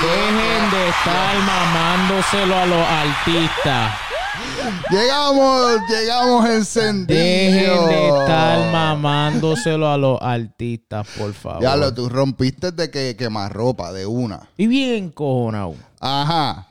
Dejen de estar mamándoselo a los artistas. Llegamos, llegamos encendidos. Dejen de estar mamándoselo a los artistas, por favor. Ya lo, tú rompiste de que quemar ropa de una. Y bien cojonado. Ajá.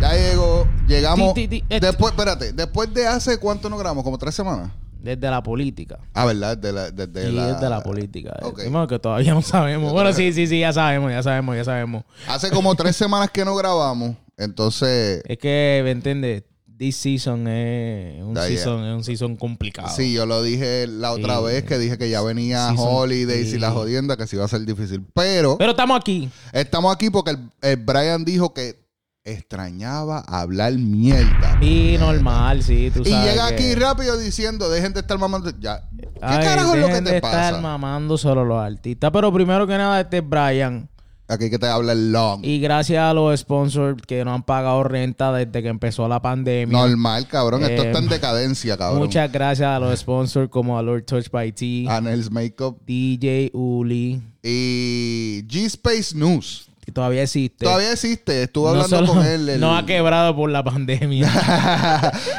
Ya llegó, llegamos. Ti, ti, eh, ti, et- Después, espérate, después de hace cuánto no grabamos, como tres semanas. Desde la política. Ah, ¿verdad? Desde la, desde y la, desde la política. Ok. Primero que todavía no sabemos. Bueno, sí, sí, sí, ya sabemos, ya sabemos, ya sabemos. Hace como tres semanas que no grabamos. Entonces, Es que, ¿me entiendes? This season es un Está bien. season, es un season complicado. sí, yo lo dije la otra Sí. vez que dije que ya venía Sí, son- Holidays y la sí. jodienda, que sí iba a ser difícil. Pero Pero estamos aquí. estamos aquí porque el, el Brian dijo que extrañaba hablar mierda. Y normal, sí, tú Y sabes. llega que- aquí rápido diciendo, dejen de estar mamando. Ya. ¿Qué Ay, carajo es lo que dejen de te estar pasa? mamando solo los artistas. Pero primero que nada, este es Brian. Aquí que te habla el long. Y gracias a los sponsors que no han pagado renta desde que empezó la pandemia. Normal, cabrón. Esto Eh, está en decadencia, cabrón. Ah. Muchas gracias a los sponsors como Alert Touch by T, Anel's Makeup DJ Uli, y G-Space News. que todavía existe. Todavía existe. Estuve No hablando solo- con él. el- No ha quebrado por la pandemia.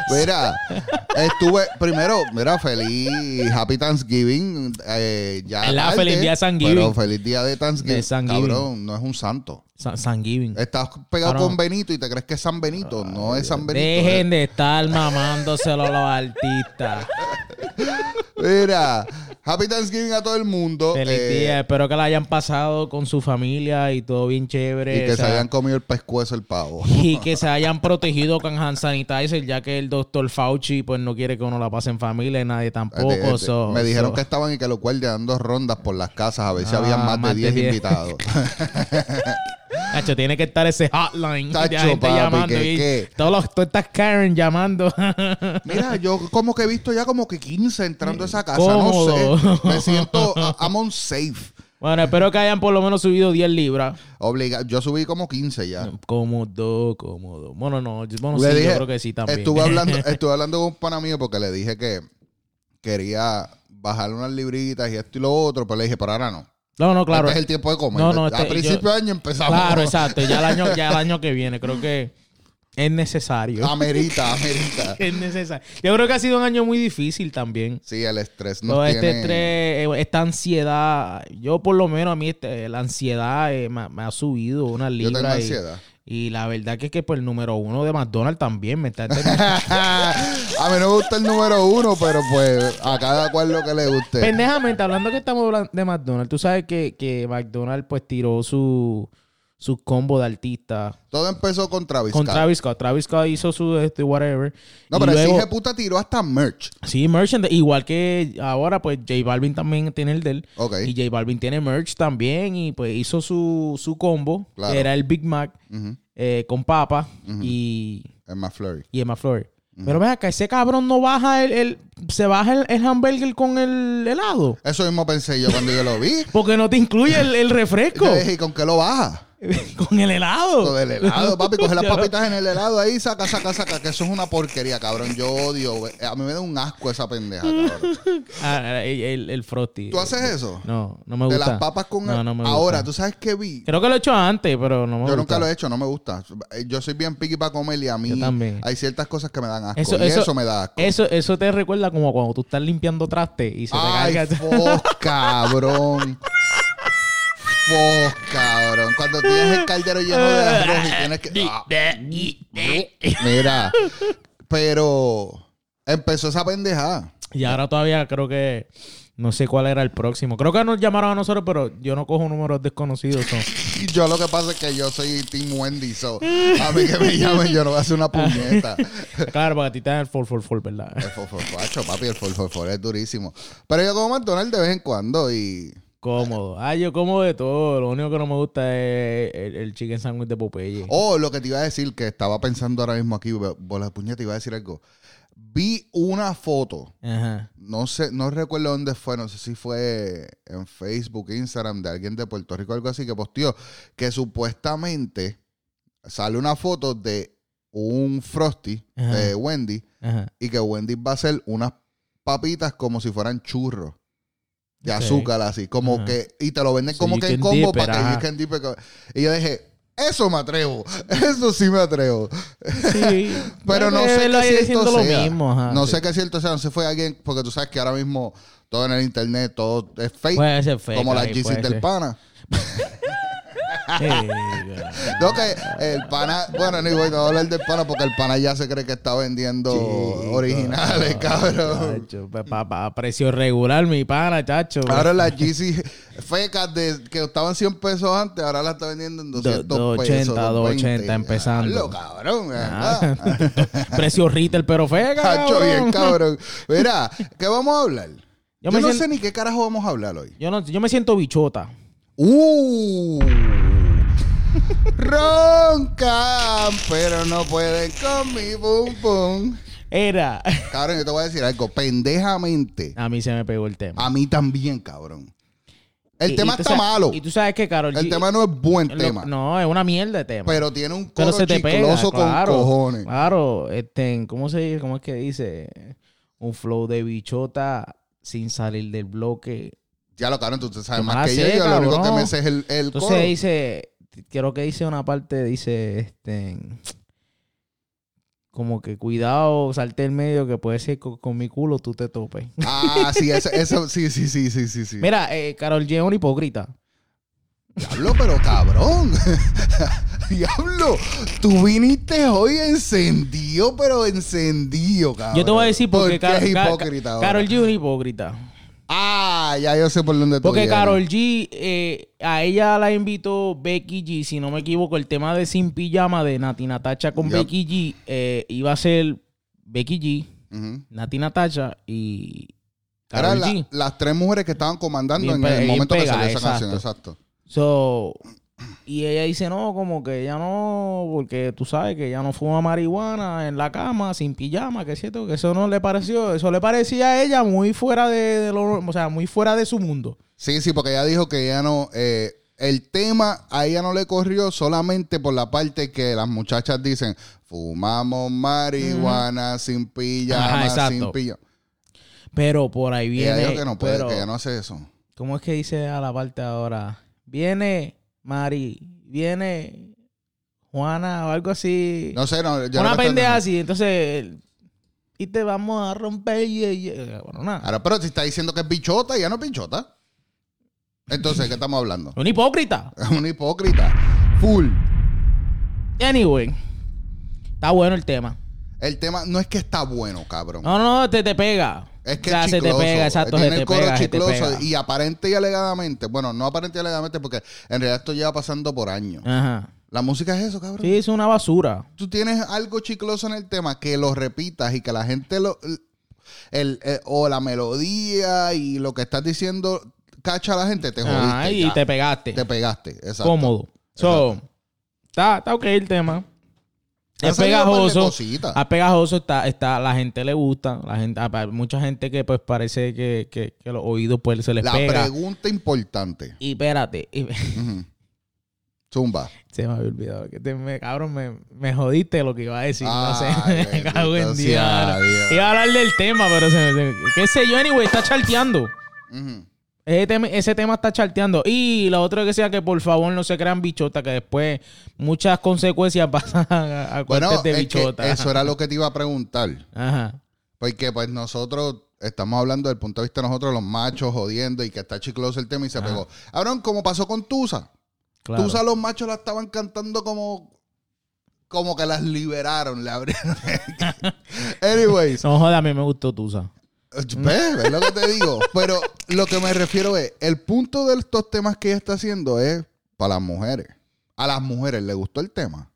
Mira, estuve primero, mira, feliz Happy Thanksgiving. eh, ya ¿Verdad? tarde, Feliz día de Thanksgiving. Pero feliz día de Thanksgiving. De Thanksgiving. Cabrón, no es un santo. San, San Giving. Estás pegado Cabrón. con Benito y te crees que es San Benito. no es San Benito. Dejen de estar mamándoselo a los artistas. Mira, Happy Thanksgiving a todo el mundo. Feliz eh, día. Espero que la hayan pasado con su familia y todo bien Y chévere. que o se sea, hayan comido el pescuezo el pavo. y que se hayan protegido con hand sanitizer, ya que el doctor Fauci pues no quiere que uno la pase en familia y nadie tampoco. Este, este, so- me dijeron so- que estaban y que los guardias dando rondas por las casas a ver si Ah, habían más, más de de 10 10. invitados. Cacho, tiene que estar ese hotline Tacho, de gente papi, llamando. que- y que- Todos los, todas estas Karen llamando. Mira, yo como que he visto ya como que 15 entrando a esa casa. No Cómodo. sé. Me siento, a- I'm on safe. bueno, espero que hayan por lo menos subido 10 libras. Obliga yo subí como 15 ya. Cómodo, cómodo. Bueno, no, yo- bueno, Le sí, dije- yo creo que sí también. Estuve hablando, estuve hablando con un pana mío porque le dije que quería bajar unas libritas y esto y lo otro, pero le dije, pero ahora no. no, no, claro. Este es el tiempo de comer. No, no, a este- principio yo- de año empezamos. Claro, exacto. Ya el año, ya el año que viene, creo que es necesario. Ah. Amerita, amerita. Es necesario. Yo creo que ha sido un año muy difícil también. Sí, el estrés no Todo este tiene... estrés, eh, esta ansiedad, yo por lo menos a mí este, la ansiedad eh, me, ha- me ha subido unas Yo tengo libras. y- ansiedad. Y la verdad que es que pues el número uno de McDonald's también me está a mí no me gusta el número uno, pero pues a cada cual lo que le guste. Pendejamente, hablando que estamos hablando de McDonald's, tú sabes que, que McDonald's pues tiró su, su combo de artistas Todo empezó con Travis con Scott. Travis Scott. Travis Scott hizo su este, whatever. No, Y pero ese luego- hijo de puta tiró hasta merch. Sí, merchandise. Igual que ahora, pues J Balvin también tiene el del. Ok. Y J Balvin tiene merch también. Y pues hizo su, su combo. Claro. Que era el Big Mac Ujú. eh, con papa y, Es más flurry. y Emma Flor. Pero ven acá, ese cabrón no baja el. el- se baja el, el hamburger con el helado. Eso mismo pensé yo cuando yo lo vi. Porque no te incluye el, el refresco. Yo dije, ¿y con qué lo baja? con el helado. Con el helado, papi. Coge las papitas en el helado ahí, saca, saca, saca. Que eso es una porquería, cabrón. Yo odio. eh, A mí me da un asco esa pendeja, cabrón. Ah, el, el, el frosty. ¿Tú haces eso? No, no me De gusta. las papas con No, el- no me gusta. Ahora, ¿tú sabes qué vi? Creo que lo he hecho antes, pero no me Yo gusta. nunca lo he hecho, no me gusta. Eh, Yo soy bien piqui para comer y a mí Yo también. hay ciertas cosas que me dan asco. Eso, y eso, eso- me da asco. Eso, eso te recuerda como cuando tú estás limpiando traste y se te Ay, carga. fos, cabrón. Fos, cabrón. Cuando tienes el caldero lleno de arroz y tienes que... Ah, mira, pero empezó esa pendejada. Y ahora todavía creo que no sé cuál era el próximo. Creo que nos llamaron a nosotros, pero yo no cojo números desconocidos. so. Y Yo lo que pasa es que yo soy Team Wendy, so a mí que me llamen yo no voy a hacer una puñeta. Claro, porque a ti te dan el 444, ¿verdad? El forforfacho, papi, el forforfor es durísimo. Pero yo como McDonald's de vez en cuando y... Cómodo. Ay, yo como de todo. Lo único que no me gusta es el, el chicken sandwich de Popeye. Oh, lo que te iba a decir, que estaba pensando ahora mismo aquí, bo- bola de puñeta, iba a decir algo. Vi una foto, Ajá. no sé, no recuerdo dónde fue, no sé si fue en Facebook, Instagram, de alguien de Puerto Rico, algo así, que posteó que supuestamente sale una foto de un Frosty Ajá. de Wendy Ajá. y que Wendy va a hacer unas papitas como si fueran churros. de Ok. azúcar así, como Ajá. que, y te lo venden So como you que en can combo dip it, para que ajá. you can dip it. Y yo dije, eso me atrevo, eso sí me atrevo. Sí. Pero no Debe sé verlo qué ahí diciendo cierto lo sea. mismo, ajá, no Ah, sí. sé qué cierto sea, no sé fue alguien, porque tú sabes que ahora mismo todo en el internet, todo es fake. Puede ser fake, como las Pues, ahí, GCs puede del ser. pana. Sí, No, que el pana, bueno, no, voy a hablar del pana porque el pana ya se cree que está vendiendo Chico, originales, cabrón. chacho, pa- pa- pa- precio regular, mi pana, chacho. Ahora las GC fecas de, que estaban 100 pesos antes, ahora las está vendiendo en 200 pesos. 280, 220, empezando. Lo cabrón. Ah, ajá. precio retail, pero fega, Cacho bien, cabrón. cabrón. Mira, ¿qué vamos a hablar? Yo, Yo me no sien- sé ni qué carajo vamos a hablar hoy. Yo, no, yo me siento bichota. ¡Uh! Roncan, pero no pueden con mi pum pum. Era. Cabrón, yo te voy a decir algo. Pendejamente. A mí se me pegó el tema. A mí también, cabrón. Ah, El Y- y tema tú está sa- malo. Y tú sabes que, Carol El G- tema no es buen lo- tema. No, es una mierda de tema. Pero tiene un coro pero se te pega, chicloso con claro, cojones. Claro, este, ¿cómo se dice? ¿Cómo es que dice? Un flow de bichota sin salir del bloque. Ya lo cabrón, tú te sabes Tú más la que yo. sé, Yo lo único que cabrón. me sé es el, el Entonces coro. dice, creo que dice una parte, dice, este, como que cuidado, salte del medio que puede ser con, con mi culo tú te topes. Ah, sí, eso, eso- sí, sí, sí, sí, sí, sí. Mira, eh, Carol G es una hipócrita. Diablo, pero cabrón. Diablo, tú viniste hoy encendido, pero encendido, cabrón. Yo te voy a decir por qué es Carol- Ca- hipócrita ahora? Carol G es una hipócrita. Ah, ya yo sé por dónde tú Porque vienes. Carol G, eh, a ella la invitó Becky G, si no me equivoco, el tema de Sin Pijama de Nati Natacha con Yep. Becky G eh, iba a ser Becky G, Ujú. Nati Natacha y Carol Eran G. la- las tres mujeres que estaban comandando Bien en pe- el bien momento que pega, salió esa exacto. canción, exacto. So, y ella dice, no, como que ella no, porque tú sabes que ella no fuma marihuana en la cama, sin pijama, que es cierto, que eso no le pareció, eso le parecía a ella muy fuera de, de lo, o sea, muy fuera de su mundo. Sí, sí, porque ella dijo que ella no. eh, el tema a ella no le corrió solamente por la parte que las muchachas dicen: fumamos marihuana sin pijama, Ajá, exacto. sin pijama. Pero por ahí Ella viene... dijo que no puede, pero- que ella no hace eso. ¿Cómo es que dice a la parte ahora? Viene Mari, viene Juana o algo así. No sé, no. yo no Una me estoy- pendeja así, entonces. el- Y te vamos a romper y. y- y- Bueno, nada. Ahora, pero si está diciendo que es bichota, ella no es bichota. Entonces, ¿de ¿qué estamos hablando? Un hipócrita. Es una hipócrita. Full. Anyway. Está bueno el tema. El tema no es que está bueno, cabrón. No, no, te, te pega. Es que O sea, es se te chicloso. pega, exacto. Se Tiene te el coro pega, se te chicloso pega. y aparente y alegadamente, bueno, no aparente y alegadamente porque en realidad esto lleva pasando por años. Ajá. La música es eso, cabrón. Sí, es una basura. Tú tienes algo chicloso en el tema que lo repitas y que la gente lo el, eh, o la melodía y lo que estás diciendo cacha a la gente, te jodiste. Ajá, Ah, y ya. te pegaste. Te pegaste, exacto. Cómodo. So, está, está ok el tema. Han Es salido un par de pegajoso. Ah, cositas. A pegajoso está, está, la gente le gusta, la gente, a- a- mucha gente que pues parece que, que- que los oídos pues se les La pega. pregunta importante. Y espérate, y- Ujú. Zumba. se me había olvidado que te- me, cabrón, me, me jodiste lo que iba a decir, no Ay, sé, me cago en bendito Dios. sea Dios. Iba a hablar del tema, pero se me, se me- qué sé yo, anyway, está charteando. Ujú. Ese tema, ese tema está charteando. Y lo otro que sea que por favor no se crean bichotas, que después muchas consecuencias pasan a, a Bueno, cortes de es que bichota. eso era lo que te iba a preguntar. Ajá. Porque pues nosotros estamos hablando del punto de vista de nosotros, los machos, jodiendo y que está chicloso el tema y se pegó. Cabrón, como pasó con Tusa. Claro. Tusa los machos la estaban cantando como como que las liberaron, le abrieron. Anyways, No joda, a mí me gustó Tusa. ¿ves? ¿Ves lo que te digo? Pero lo que me refiero es, el punto de estos temas que ella está haciendo es para las mujeres. A las mujeres les gustó el tema.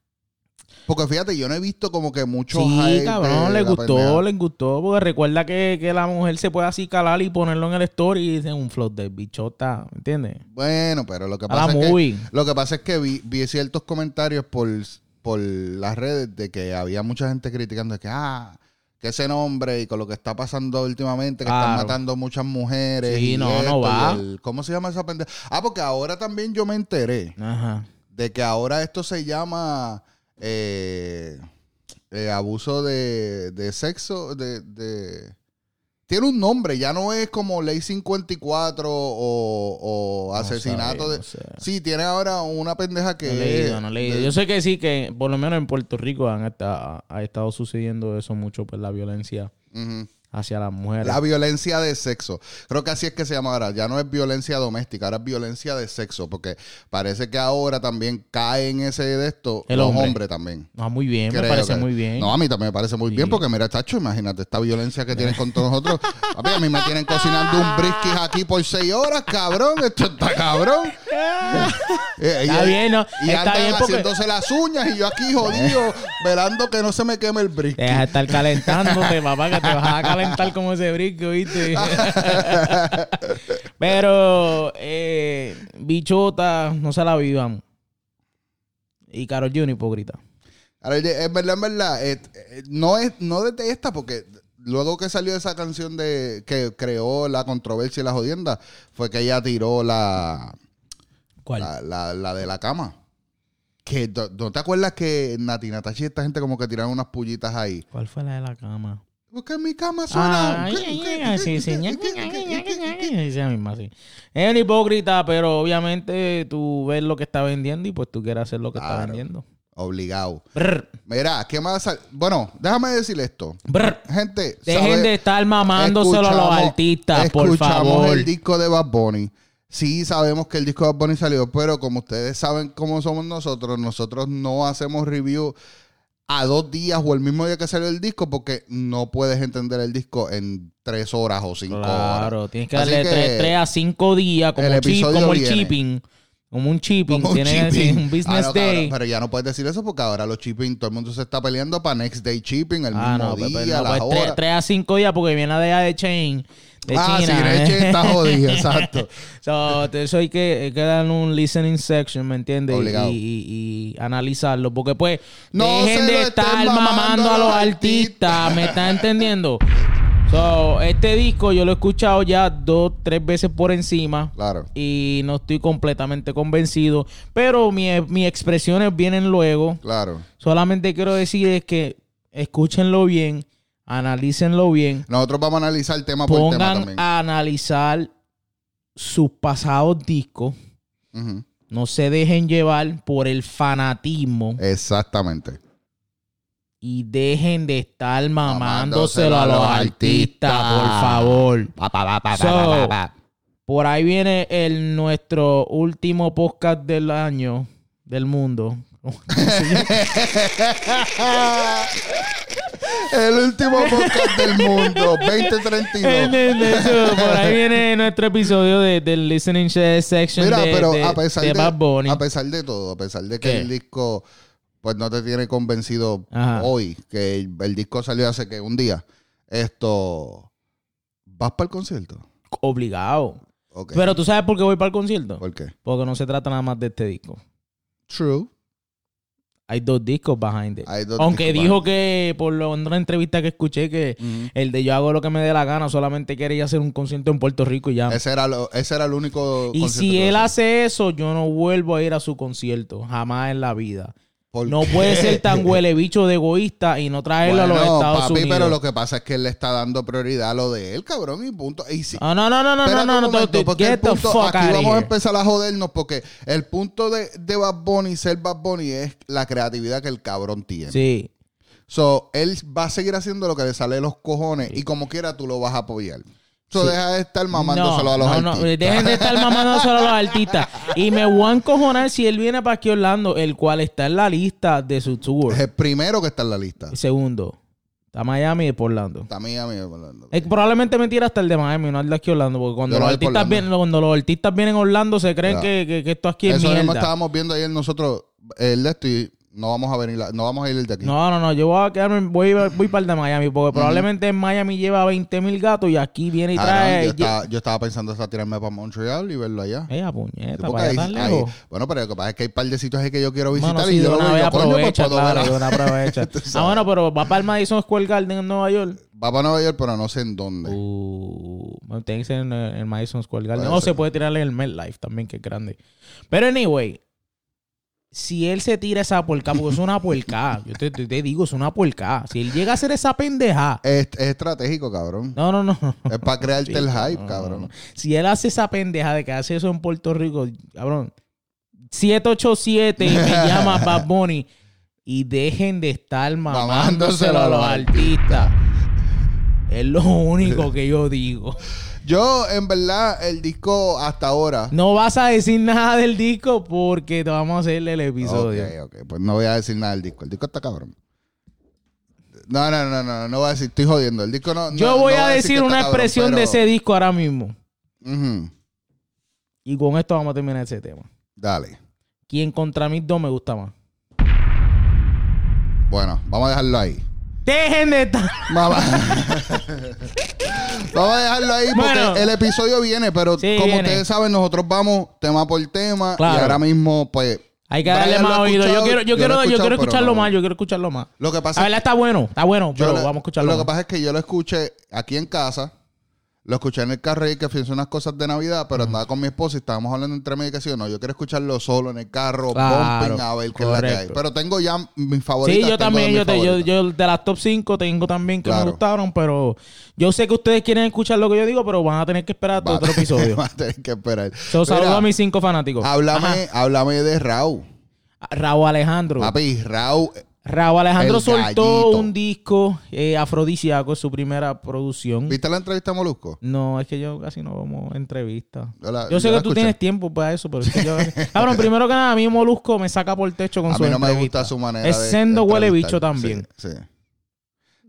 Porque fíjate, yo no he visto como que mucho hype Sí, de cabrón, le este, la pendeja. gustó, le gustó. Porque recuerda que, que la mujer se puede así calar y ponerlo en el story y dicen un flow de bichota, ¿me entiendes? Bueno, pero lo que A pasa la es que, movie. lo que, pasa es que vi, vi ciertos comentarios por, por las redes de que había mucha gente criticando que, ah, que ese nombre y con lo que está pasando últimamente, que Claro. están matando muchas mujeres. Sí, y no, esto, no y va. el- ¿Cómo se llama esa pendeja? Ah, porque ahora también yo me enteré Ajá. de que ahora esto se llama eh, eh, abuso de, de sexo, de... de Tiene un nombre, ya no es como Ley 54 o, o asesinato sabe, de... no sé. Sí, tiene ahora una pendeja que... No he leído, no he es- leído. de- Yo sé que sí, que por lo menos en Puerto Rico han esta- ha estado sucediendo eso mucho, pues la violencia Ujú. hacia las mujeres. La violencia de sexo. Creo que así es que se llama ahora. Ya no es violencia doméstica, ahora es violencia de sexo. Porque parece que ahora también cae en ese de esto El los hombre. hombres también. Ah, muy bien, me Creo parece que- muy bien. No, a mí también me parece muy bien. Porque mira, Chacho, imagínate esta violencia que tienes con todos nosotros. Papi, a mí me tienen cocinando un brisket aquí por seis horas, cabrón. Esto está cabrón. Eh, Está eh, bien, ¿no? Y Está andan bien porque- haciéndose las uñas y yo aquí jodido, velando que no se me queme el brisket. Deja de estar calentándote, papá, que te vas a calentar como ese brisco, ¿viste? Pero, eh, bichota, no se la vivan. Y Carol Junior hipócrita. Ahora, oye, es verdad, es verdad. eh, eh, no es, no desde esta, porque luego que salió esa canción de que creó la controversia y la jodienda, fue que ella tiró la, ¿Cuál? la, la- la de la cama. Que do- ¿no te acuerdas que Nati Natachi y esta gente como que tiraron unas pullitas ahí? ¿Cuál fue la de la cama? Porque en mi cama suena. Ah, Ay, sí, sí. Sí, esa misma, sí. Es una hipócrita, pero obviamente tú ves lo que está vendiendo y pues tú quieres hacer lo que está Claro. vendiendo. Obligado. Brr, Mira, ¿qué más? sal- Bueno, déjame decir esto. brr. Gente, Dejen sabe- de estar mamándoselo a los Escuchamos- artistas, por escuchamos favor. el disco de Bad Bunny. Sí, sabemos que el disco de Bad Bunny salió, pero como ustedes saben cómo somos nosotros, nosotros no hacemos review a dos días o el mismo día que salió el disco porque no puedes entender el disco en tres horas o cinco horas. Claro, tienes que Así darle que 3, a 5 días, como, el el episodio como el viene. shipping. Como un shipping. Como un tienes así shipping. un business Ah, no, cabrón, day. pero ya no puedes decir eso porque ahora los shipping, todo el mundo se está peleando para next day shipping, el ah, mismo no, pues, día, pues, las no, pues 3, horas. a 5 días porque viene la DEA de Chain. De ah, China. sí, ¿eh? Reche está jodido, exacto. So, te- eso hay que, hay que darle un listening section, ¿me entiendes? Y, Obligado. y- y analizarlo. Porque pues, No dejen se de lo estén estar mamando mamando a los artistas. ¿Me estás entendiendo? So, este disco yo lo he escuchado ya dos, tres veces por encima. Claro. Y no estoy completamente convencido. Pero mi- mis expresiones vienen luego. Claro. Solamente quiero decir es que escúchenlo bien, analícenlo bien Nosotros vamos a analizar tema por tema pongan también. a analizar sus pasados discos. Ujú. No se dejen llevar por el fanatismo Eh. Exactamente. y dejen de estar Mamándoselo mamándoselo a los a los artistas, por artistas. favor. Pa, pa, pa, pa, pa, So, pa, pa, pa. Por ahí viene el nuestro último podcast del año del mundo. El último podcast del mundo, El- 2032. el- eso, por ahí viene nuestro episodio de- del listening share section Mira, de, pero de- a pesar de de, Bad Bunny. a pesar de todo, a pesar de que ¿Qué? el disco pues no te tiene convencido Ajá. hoy, que el, el disco salió hace que un día, esto vas para el concierto. Obligado. Ok. Pero tú sabes por qué voy para el concierto. ¿Por qué? Porque no se trata nada más de este disco. True. Hay dos discos behind it. Hay dos Aunque discos dijo que por lo, en una entrevista que escuché que Ujú. el de yo hago lo que me dé la gana, solamente quería hacer un concierto en Puerto Rico y ya. Ese era, lo- ese era el único y concierto si que él iba a hacer. hace eso, yo no vuelvo a ir a su concierto, jamás en la vida. ¿Por No qué? puede ser tan huele bicho de egoísta y no traerlo a los Bueno, Estados papi, Unidos. pero lo que pasa es que él le está dando prioridad a lo de él, cabrón, y punto. Y si, Ah, no, no, no, no, Espérate no, no, un no, momento, dude, porque el get the punto- fuck aquí out of vamos a here. empezar a jodernos porque el punto de, de Bad Bunny, ser Bad Bunny, es la creatividad que el cabrón tiene. Sí, So, él va a seguir haciendo lo que le sale de los cojones y como quiera tú lo vas a apoyar. So, Sí. deja de estar mamándoselo a los no, eh, artistas. No, dejen de estar mamándoselo a los artistas. Y me voy a encojonar si él viene para aquí a Orlando, el cual está en la lista de su tour. Es el primero que está en la lista. Segundo, está Miami y después Orlando. Está mía, mía, Orlando. Eh, probablemente me tira hasta el de Miami, no el de aquí a Orlando, porque cuando Yo no voy los, por artistas Orlando. vienen, cuando los artistas vienen a Orlando se creen Ya. que, que- que esto aquí es Eso mismo mierda. estábamos viendo ayer nosotros, el de esto, y no vamos a venir, la- no vamos a ir el de aquí. No, no, no, yo voy a quedarme, voy, voy para el de Miami, porque probablemente en Miami lleva 20 mil gatos y aquí viene y Cabrón, trae... Ah, yo, estaba, yo estaba pensando hasta tirarme para Montreal y verlo allá. Sí, Ella, Eh, puñeta, porque para allá ahí- tan ahí- lejos. bueno, pero lo que pasa es que hay un par de sitios ahí que yo quiero visitar Mano, y sí, de yo lo una veo, vez yo, coño, pues aprovecha, puedo ver claro, a- de una aprovecha. ah, bueno, pero va para el Madison Square Garden en Nueva York. Va para Nueva York, pero no sé en dónde. Uh, bueno, tiene que ser en el Madison Square Garden. Puede No, ser. se puede tirarle en el MetLife también, que es grande. Pero anyway, si él se tira esa puerca, porque es una puerca, yo te, te- te digo, es una puerca. Si él llega a hacer esa pendeja, Es, es estratégico, cabrón. no, no, no. no. Es para crearte el hype, No, cabrón. no, no. Si él hace esa pendeja de que hace eso en Puerto Rico, cabrón, 787 y me llama Bad Bunny y dejen de estar mamándoselo a los artistas. Es lo único que yo digo. Yo, en verdad, el disco hasta ahora. No vas a decir nada del disco porque te vamos a hacerle el episodio. Ok, ok. Pues no voy a decir nada del disco. El disco está cabrón. No, no, no, no, no voy a decir, estoy jodiendo. El disco no. no- Yo no voy a que decir está una cabrón, expresión de pero- ese disco ahora mismo. Ujú, Y con esto vamos a terminar ese tema. Dale. ¿Quién contra mis dos me gusta más? Bueno, vamos a dejarlo ahí. Dejen de estar. Mamá. vamos a dejarlo ahí porque Bueno. el episodio viene, pero Sí, como viene. ustedes saben, nosotros vamos tema por tema Claro. y ahora mismo, pues. Hay que Brian darle lo más ha oído. Yo escuchado, lo he quiero, yo quiero, yo escuchado, quiero pero escucharlo no. más, yo quiero escucharlo más. Lo que pasa La es verdad está bueno, está bueno, Yo pero lo- vamos a escucharlo Lo que más. pasa es que yo lo escuché aquí en casa. Lo escuché en el carril que hice unas cosas de Navidad, pero andaba con mi esposa y estábamos hablando entre medio y que sí o no. Yo quiero escucharlo solo en el carro, Claro, bumping, a ver qué es la que hay. correcto. Pero tengo ya mis favoritas. Sí, yo tengo también, mis yo, te- yo, favoritas. yo de las top 5 tengo también que me Claro. gustaron, pero yo sé que ustedes quieren escuchar lo que yo digo, pero van a tener que esperar hasta Va a otro tener- episodio. va a tener que esperar. So, saludo Mira, a mis cinco fanáticos. háblame, háblame de Raúl. Ajá. Raúl Alejandro. Papi, Raúl. Raúl Alejandro El soltó gallito. un disco eh, afrodisíaco, su primera producción. ¿Viste la entrevista a Molusco? No, es que yo casi no como entrevistas. Yo, la- Yo sé Ah, yo que la tú escuché. tienes tiempo para eso, pero es que yo... Cabrón, primero que nada, a mí Molusco me saca por el techo con A su mí no me entrevista. gusta su manera. Es de sendo huele entrevistar. bicho también. Sí, sí.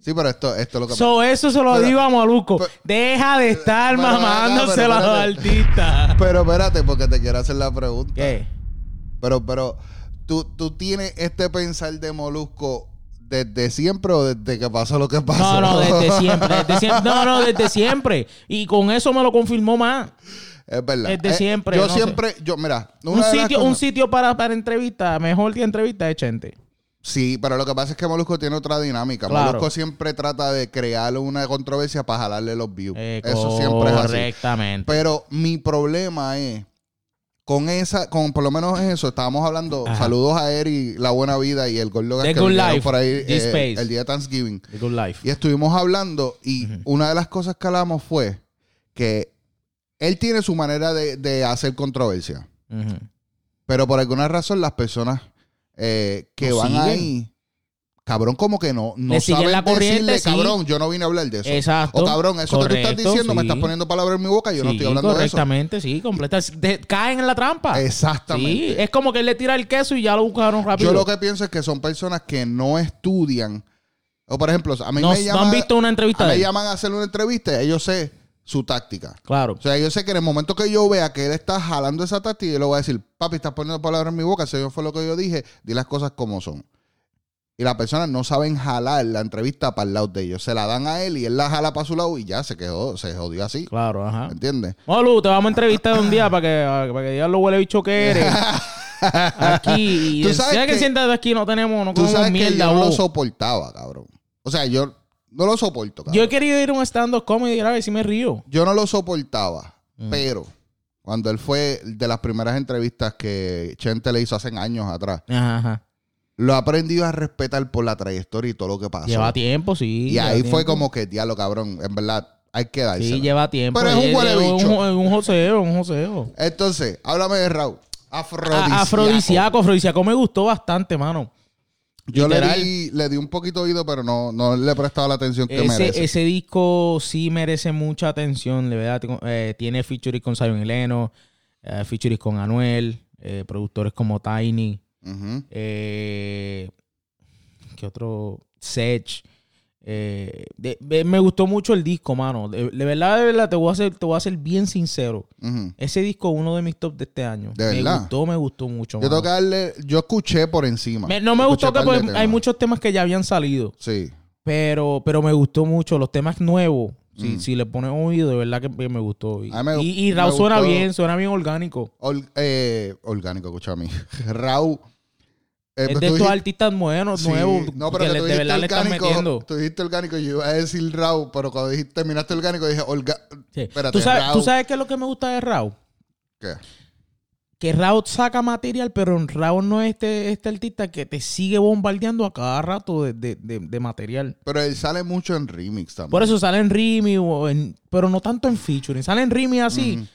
Sí, pero esto, esto es lo que So, eso se lo Pero- digo a Molusco. pero- Deja de estar pero acá, mamándoselo a los pero artistas. Pero espérate, porque te quiero hacer la pregunta. ¿Qué? Pero, pero, ¿tú, ¿tú tienes este pensar de Molusco desde siempre o desde que pasó lo que pasó? No, no, desde siempre, desde siempre. No, no, desde siempre. Y con eso me lo confirmó más. es verdad. desde Eh, siempre, Yo no sé. siempre, yo, mira, una Un de las sitio, cosas- un sitio para, para entrevistas, mejor que entrevista es Chente. Sí, pero lo que pasa es que Molusco tiene otra dinámica. Claro. Molusco siempre trata de crear una controversia para jalarle los views. Eh, Eso siempre es así. Pues, Correctamente. Pero mi problema es con esa, con por lo menos eso, estábamos hablando, Ajá. saludos a Eri, La Buena Vida y el Gordo The que Good vinieron Life, por ahí This eh, Space. el día de Thanksgiving. The Good Life. Y estuvimos hablando y una de las cosas que hablamos fue que él tiene su manera de, de hacer controversia, Ujú. pero por alguna razón las personas eh, que Lo van siguen. ahí, cabrón, como que no, no Le siguen saben la corriente, decirle, sí. cabrón, yo no vine a hablar de eso. Exacto. O cabrón, eso que tú Correcto, estás diciendo me sí. estás poniendo palabras en mi boca y yo no Sí, estoy hablando de eso. correctamente, sí, completa. De- caen en la trampa. Exactamente. Sí, es como que él le tira el queso y ya lo buscaron rápido. Yo lo que pienso es que son personas que no estudian. O por ejemplo, a mí no, me no llaman, han visto una a entrevista mí de me él. llaman a hacer una entrevista y yo sé su táctica. Claro. O sea, yo sé que en el momento que yo vea que él está jalando esa táctica, yo le voy a decir, papi, estás poniendo palabras en mi boca, si eso fue lo que yo dije, di las cosas como son. Y las personas no saben jalar la entrevista para el lado de ellos. Se la dan a él y él la jala para su lado y ya se quedó, se jodió así. Claro, ajá. ¿Me entiendes? Molu, te vamos a entrevistar un día para que, para que digas lo huele bicho que eres. Aquí. Y Tú sabes sea que, que- siéntate aquí, no tenemos, no Tú comemos sabes que mierda. yo no bo. lo soportaba, cabrón. O sea, yo no lo soporto, cabrón. yo he querido ir a un stand-up comedy a ver si me río. Yo no lo soportaba, Mm. pero cuando él fue de las primeras entrevistas que Chente le hizo hace años atrás, Ajá, ajá. lo aprendí a respetar por la trayectoria y todo lo que pasó. Lleva tiempo, sí. y lleva ahí fue tiempo. como que, diablo, cabrón, en verdad, hay que darse. Sí, lleva tiempo. Pero es un huele un- bicho. un, un joseo, un joseo. Entonces, háblame de Raúl. Ah, Afrodisíaco. A- Afrodisíaco, afrodisíaco me gustó bastante, mano. Yo le Literal. di, le di un poquito de oído, pero no, no le he prestado la atención que merece. Ese, ese disco sí merece mucha atención, de verdad. Tengo- eh, tiene featuring con Zion Heleno, eh, featuring con Anuel, eh, productores como Tiny, Ujú. eh, ¿qué otro? Sech. eh, de- de- me gustó mucho el disco, mano. De, de verdad, de verdad, te voy, a ser, te voy a ser bien sincero. Ujú. Ese disco es uno de mis top de este año. ¿De me verdad? gustó, me gustó mucho. Yo mano. tengo que darle, yo escuché por encima. Me- no me Escuché gustó que par de pues, hay temas. muchos temas que ya habían salido. Sí. Pero, pero me gustó mucho los temas nuevos. Si, Mm. si le pones oído, de verdad que me me gustó. Y, A mí me- y, y me Raúl suena gustó. bien, suena bien orgánico. Ol- eh, orgánico, escucha a mí. Raúl. eh, es tú de estos dijiste- artistas nuevos, sí, nuevos. No, pero que que le- tú de dijiste verdad le están orgánico. metiendo. Tú dijiste orgánico y yo iba a decir Raúl, pero cuando dijiste, terminaste orgánico, dije, orga, Sí. espérate, ¿Tú, sabes, tú Raúl. sabes qué es lo que me gusta de Raúl? ¿Qué? que Raúl saca material, pero Raúl no es este, este artista que te sigue bombardeando a cada rato de, de- de- de material. Pero él sale mucho en remix también. Por eso sale en Rimi, o en- pero no tanto en featuring. Sale en Rimi así, Ujú,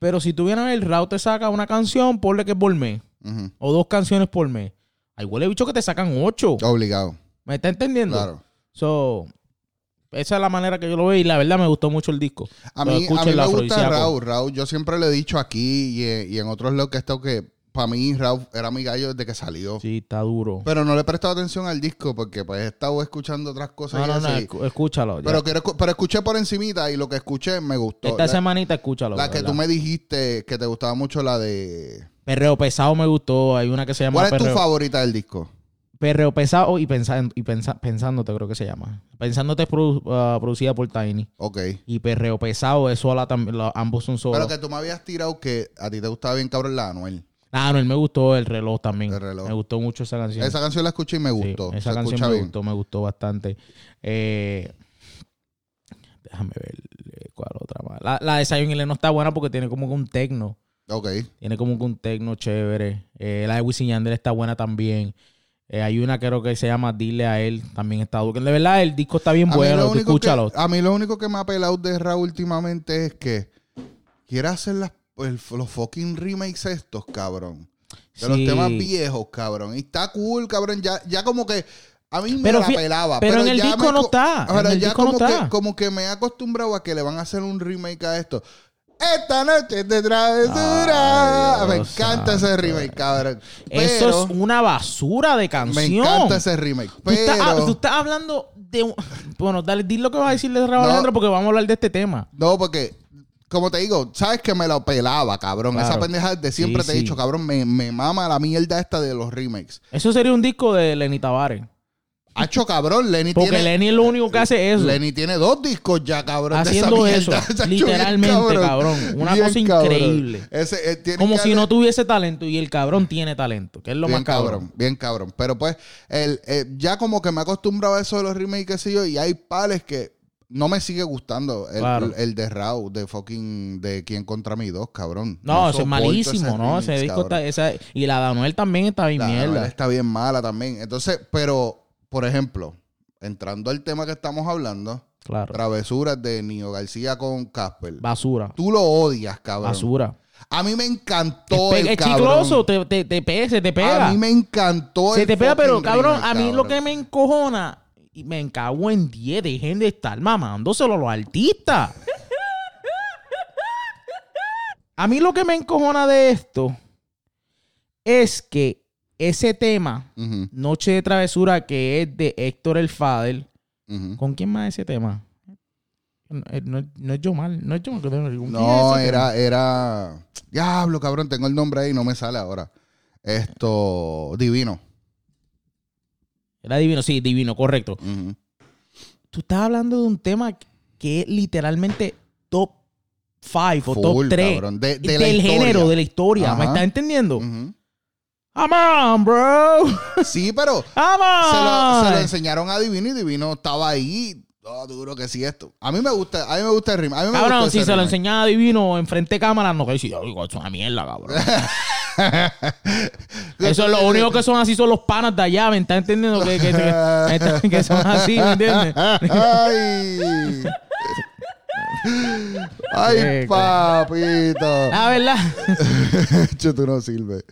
pero si tú vienes a ver, Raúl te saca una canción, ponle que es por mes, ujú. o dos canciones por mes. Hay huele bicho que te sacan ocho. Obligado, ¿Me está entendiendo? claro. So, esa es la manera que yo lo veo y la verdad me gustó mucho el disco. A Lo mí, a escucho mí el me gusta afrodisíaco. Raúl. Raúl, yo siempre le he dicho aquí y en, y en otros lados que esto que para mí Raúl era mi gallo desde que salió. Sí, está duro. Oh. Pero no le he prestado atención al disco porque pues he estado escuchando otras cosas. No, y no, no, eso, y- escu- escúchalo. ya. pero, quiero escu- pero escuché por encimita y lo que escuché me gustó. Esta La- semanita escúchalo. La que ¿verdad? tú me dijiste que te gustaba mucho, la de. Perreo pesado me gustó. Hay una que se llama ¿Cuál es tu perreo, favorita del disco? Perreo pesado y, pensando, y pensa- pensándote, creo que se llama. Pensándote es produ- ah, producida por Tiny. Ok. Y perreo pesado es sola también. lo- ambos son solos. Pero que tú me habías tirado que a ti te gustaba bien, cabrón, la de Anuel. Ah, no, él me gustó el reloj también. El reloj. Me gustó mucho esa canción. Esa canción la escuché y me Sí, gustó. esa Se canción escucha me bien. gustó, me gustó bastante. Eh, déjame ver eh, cuál otra más. La, la de Zion y no está buena porque tiene como que un tecno. Ok. Tiene como que un tecno chévere. Eh, la de Wisin Yandel está buena también. Eh, hay una creo que se llama Dile a él. También está dura. De verdad, el disco está bien A mí lo bueno. tú único que- escúchalo. a mí lo único que me ha pelado de Raúl últimamente es que quiere hacer las, el- los fucking remakes estos, cabrón. De los Sí. temas viejos, cabrón. Y está cool, cabrón. Ya, ya como que a mí me Pero la fí- pelaba. pero en el ya disco me no co- está, Ahora en el ya disco no como, está. Que, como que me he acostumbrado a que le van a hacer un remake a esto. Esta noche de travesura. Ay, me Dios encanta ese santo. remake, cabrón. Eso Pero es una basura de me canción. encanta ese remake. Tú, estás, ah, tú Pero. estás hablando de... un- Bueno, dale, di lo que vas a decirle a No. Raúl Alejandro porque vamos a hablar de este tema. No, porque, como te digo, sabes que me lo pelaba, cabrón. Claro. Esa pendeja de siempre Sí, te sí. he dicho, cabrón, me, me mama la mierda esta de los remakes. Eso sería un disco de Lenny Tavares. Hacho, cabrón, Lenny Porque tiene. Lenny es lo único que hace eso. Lenny tiene dos discos ya, cabrón. de esa haciendo mierda. eso. Hacho, bien literalmente, cabrón. Una Bien cosa cabrón. increíble. Ese, eh, tiene Como que si hacer- no tuviese talento y el cabrón tiene talento, que es lo bien más cabrón. bien cabrón. Pero pues, el, eh, ya como que me he acostumbrado a eso de los remakes, qué sé yo, y hay pales que no me sigue gustando. El, Claro. el, el de Raw, de fucking, de Quien Contra Mí dos cabrón. No, eso es soporto malísimo, ese ¿no? Ese remix, disco cabrón. está. esa- y la de Anuel también está bien La novela mierda. está bien mala también. Entonces, pero, por ejemplo, entrando al tema que estamos hablando, Claro. travesuras de Nio García con Casper. Basura. Tú lo odias, cabrón. Basura. A mí me encantó Es, el pe- es cabrón. chicloso, te, te, te pe- se te pega. A mí me encantó se el te pega, pero fucking cabrón, remake, a mí lo cabrón. que me encojona, y me encago en 10, dejen de estar mamándoselo a los artistas. A mí lo que me encojona de esto es que ese tema, Ujú, Noche de Travesura, que es de Héctor El Fadel, ujú. ¿con quién más ese tema? No, eh, no, no es Yomal, no es Yomal. que tengo- ¿con quién No, es ese tema? era, era. Diablo, cabrón, tengo el nombre ahí, no me sale ahora. Esto, divino. Era divino, sí, divino, correcto. Ujú. tú estás hablando de un tema que es literalmente top 5 o top Full, 3 cabrón, de- de la del historia. género, de la historia. ¿Me Ajá. Mm. estás entendiendo? Ujú. I'm on, bro. Sí, pero I'm se lo, se lo on. enseñaron a Divino y Divino estaba ahí. Oh, duro que sí esto. A mí me gusta, a mí me gusta el ritmo. A mí me Cabrón, gustó si ese se lo remake. enseñaba a Divino enfrente de cámara, no que decir, "Oigo, eso es una mierda, cabrón. Eso es lo único que son así, son los panas de allá, ¿me estás entendiendo? Que, que- que- que son así, ¿me entiendes? Ay. Ay, Sí, papito. La verdad, Yo, tú no sirves.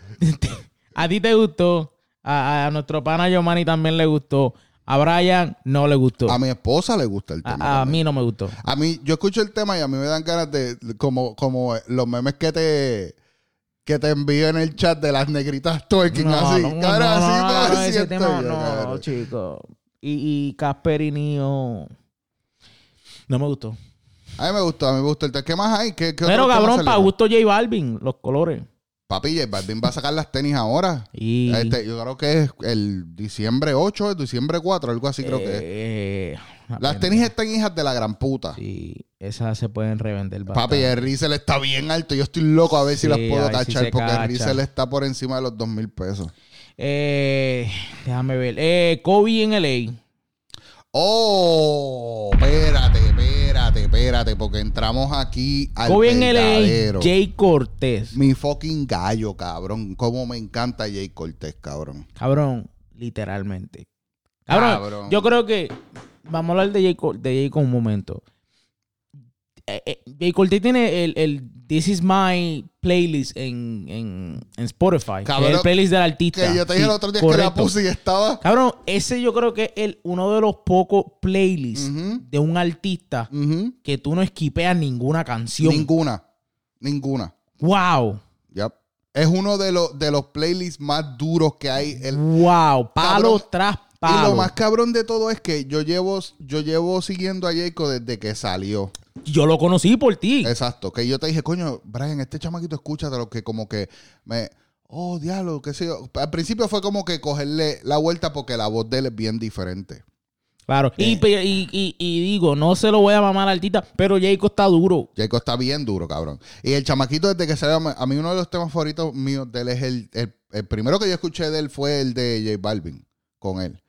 a ti te gustó, a, a nuestro pana Yomani también le gustó, a Brian no le gustó, A a, mi esposa le gusta el tema. a también. mí no me gustó. A mí, yo escucho el tema y a mí me dan ganas de, como, como los memes que te que te envío en el chat de las negritas twerking así. Cara, no, así no, me no, ese siento tema yo, no, cara. chico. Y, y Casper y Nio. No me gustó. A mí me gustó, a mí me gustó el tema. ¿Qué más hay? ¿Qué, qué otro Pero tema cabrón, salió? para gusto J Balvin, los colores. Papi, J Balvin va a sacar las tenis ahora. Y. Este, yo creo que es el diciembre 8, el diciembre 4, algo así creo que es. eh, Las tenis están hijas de la gran puta. Sí, esas se pueden revender. Papi, eh. bastante. el Riesel está bien alto. Yo estoy loco a ver si Sí, las a puedo ver si cachar se porque cacha. el Riesel está por encima de los 2 mil pesos. Eh, déjame ver. Eh, Kobe en LA. Oh, espérate, espérate. espérate, espérate, porque entramos aquí al Kobe en LA, verdadero. Jay Cortés. Mi fucking gallo, cabrón. Cómo me encanta Jay Cortés, cabrón. Cabrón, literalmente. Cabrón, Cabrón. yo creo que. Vamos a hablar de Jay, Cor- de Jay con un momento. Eh, eh, Jay Cortés tiene el, el This Is My playlist en, en, en Spotify. que es Cabrón, el playlist del artista. Que yo te dije Sí, el otro día que la correcto. puse y estaba. Cabrón, ese yo creo que es el, uno de los pocos playlists Ujú. de un artista Ujú. que tú no esquipeas ninguna canción. Ninguna. Ninguna. wow. Yep. Es uno de los, de los playlists más duros que hay. El, Wow. Palo Cabrón, tras Y palo. lo más cabrón de todo es que yo llevo, yo llevo siguiendo a Jaco desde que salió. Yo lo conocí por ti. Exacto. Que yo te dije, coño, Brian, este chamaquito escucha de lo que como que me. Oh, diablo, qué sé yo. Al principio fue como que cogerle la vuelta porque la voz de él es bien diferente. Claro. Eh. Y, pe- y- y- y digo, no se lo voy a mamar al artista, pero Jayco está duro. Jaco está bien duro, cabrón. Y el chamaquito desde que salió, me- a mí uno de los temas favoritos míos de él es el, el, el primero que yo escuché de él fue el de J Balvin con él.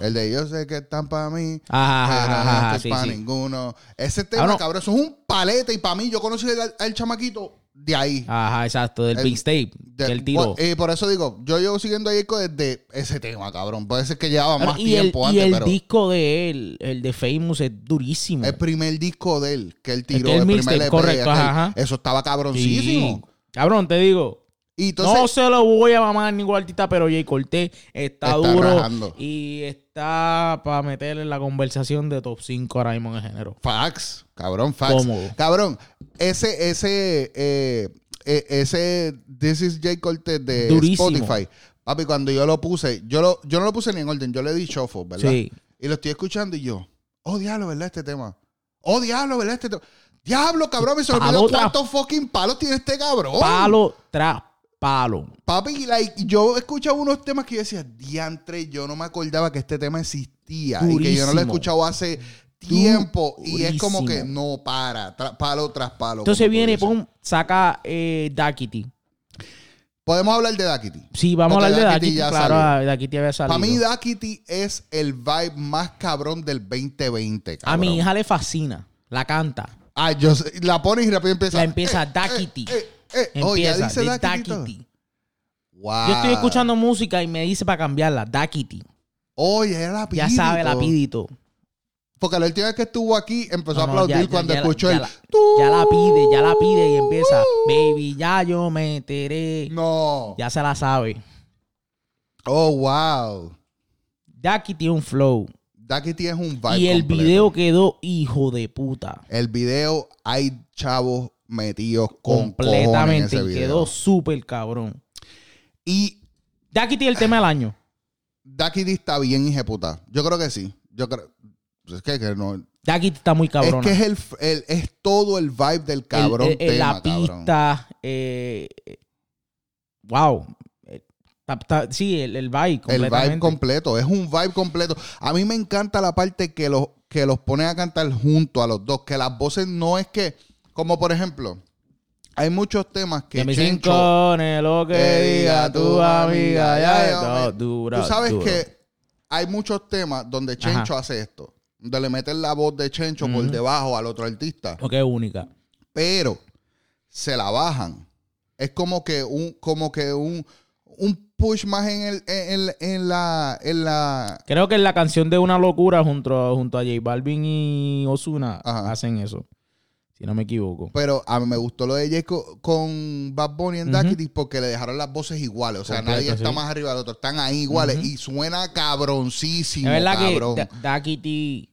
El de yo sé que están para mí. Ajá, pero ajá, no ajá, estoy sí, pa' sí. ninguno. Ese tema, Cabrón. cabrón, eso es un palete. Y para mí, yo conocí al, al chamaquito de ahí. Ajá, exacto, Ah, del El- Big Tape, De- que él tiró. por- Y por eso digo, yo llevo siguiendo a Jaco desde ese tema, cabrón. Puede ser que llevaba Claro, más y el, tiempo y antes, el pero disco de él, el de Famous, es durísimo. el primer disco de él que él tiró, que es el, primer mixtape, EP, correcto, aquel- ajá, ajá. eso estaba Sí. cabroncísimo. Cabrón, te digo, Y entonces, no se lo voy a mamar a ningún artista, pero Jay Cortés está, Está duro rajando. y está para meterle en la conversación de top 5 ahora mismo en el género. Fax, cabrón, fax. Cómodo. Cabrón, ese, ese, eh, eh, ese This is Jay Cortez de Durísimo. Spotify. Papi, cuando yo lo puse, yo, lo, yo no lo puse ni en orden, yo le di shuffle, ¿verdad? Sí. Y lo estoy escuchando y yo, oh diablo, ¿verdad? Este tema. Oh diablo, ¿verdad? Este tema. Diablo, cabrón, me sorprendió Palo tras- cuántos fucking palos tiene este cabrón. Palo tras palo. Papi, like, yo escuchaba unos temas que yo decía, diantre, yo no me acordaba que este tema existía y que yo no lo he Durísimo. escuchado hace tiempo y es como que Durísimo. no para, tra- palo tras palo. Entonces como tú viene, dices. pum, saca eh, Daquiti. Podemos hablar de Dakiti. Sí, vamos Porque a hablar de Daquiti Daquiti. ya Claro, salió. a- Daquiti había salido. Para mí Dakiti es el vibe más cabrón del 2020, a cabrón. mi hija le fascina. La canta. Ah, yo sé- la pones y rápido empieza. La empieza eh, Dakiti. eh, eh, eh. Oh, ya Empieza dice de Dakiti todo. Ah. Daquiti. Wow. Yo estoy escuchando música y me dice para cambiarla. Daquiti. Oye, era la Ya pidito. sabe la pidito. Porque la última vez que estuvo aquí empezó a No, no, aplaudir ya- ya- cuando ya la- escuchó ya el. Uh, la- Ya la pide, ya la pide y empieza. Baby, ya yo me enteré. No. Ya se la sabe. Oh, wow. Daki tiene un flow. Daquiti es un vibe. y el completo. video quedó hijo de puta. El video, hay chavos metidos con Completamente. completamente. Y quedó súper cabrón. Y Daki tiene el tema del año. Daquiti está bien ejecutada. Yo creo que sí. Yo creo. Es que, que no. Daki está muy cabrona. Es que es, el, el- es todo el vibe del El- cabrón. el- el- tema, la cabrón. pista. eh, wow. Eh, ta- ta- sí, el, el vibe El vibe completamente. completo, es un vibe completo. A mí me encanta la parte que los, que los ponen a cantar junto a los dos, que las voces no es que, como por ejemplo, hay muchos temas que Que mis Chencho- rincones, lo que diga tu amiga, ya está me- dura. Tú sabes dura. que hay muchos temas donde Chencho hace esto, donde le meten la voz de Chencho por debajo al otro artista, Porque es única. pero se la bajan. Es como que un, como que un, un push más en el, en, en- en la, en la, Creo que en la canción de Una Locura junto a, junto a J Balvin y Osuna Ajá. hacen eso. Si no me equivoco. Pero a mí me gustó lo de Jayco con Bad Bunny en Ujú. Daquiti porque le dejaron las voces iguales. O sea, Completo, nadie está sí. más arriba del otro. Están ahí iguales y suena cabroncísimo, es verdad cabrón. que Da- Daquiti.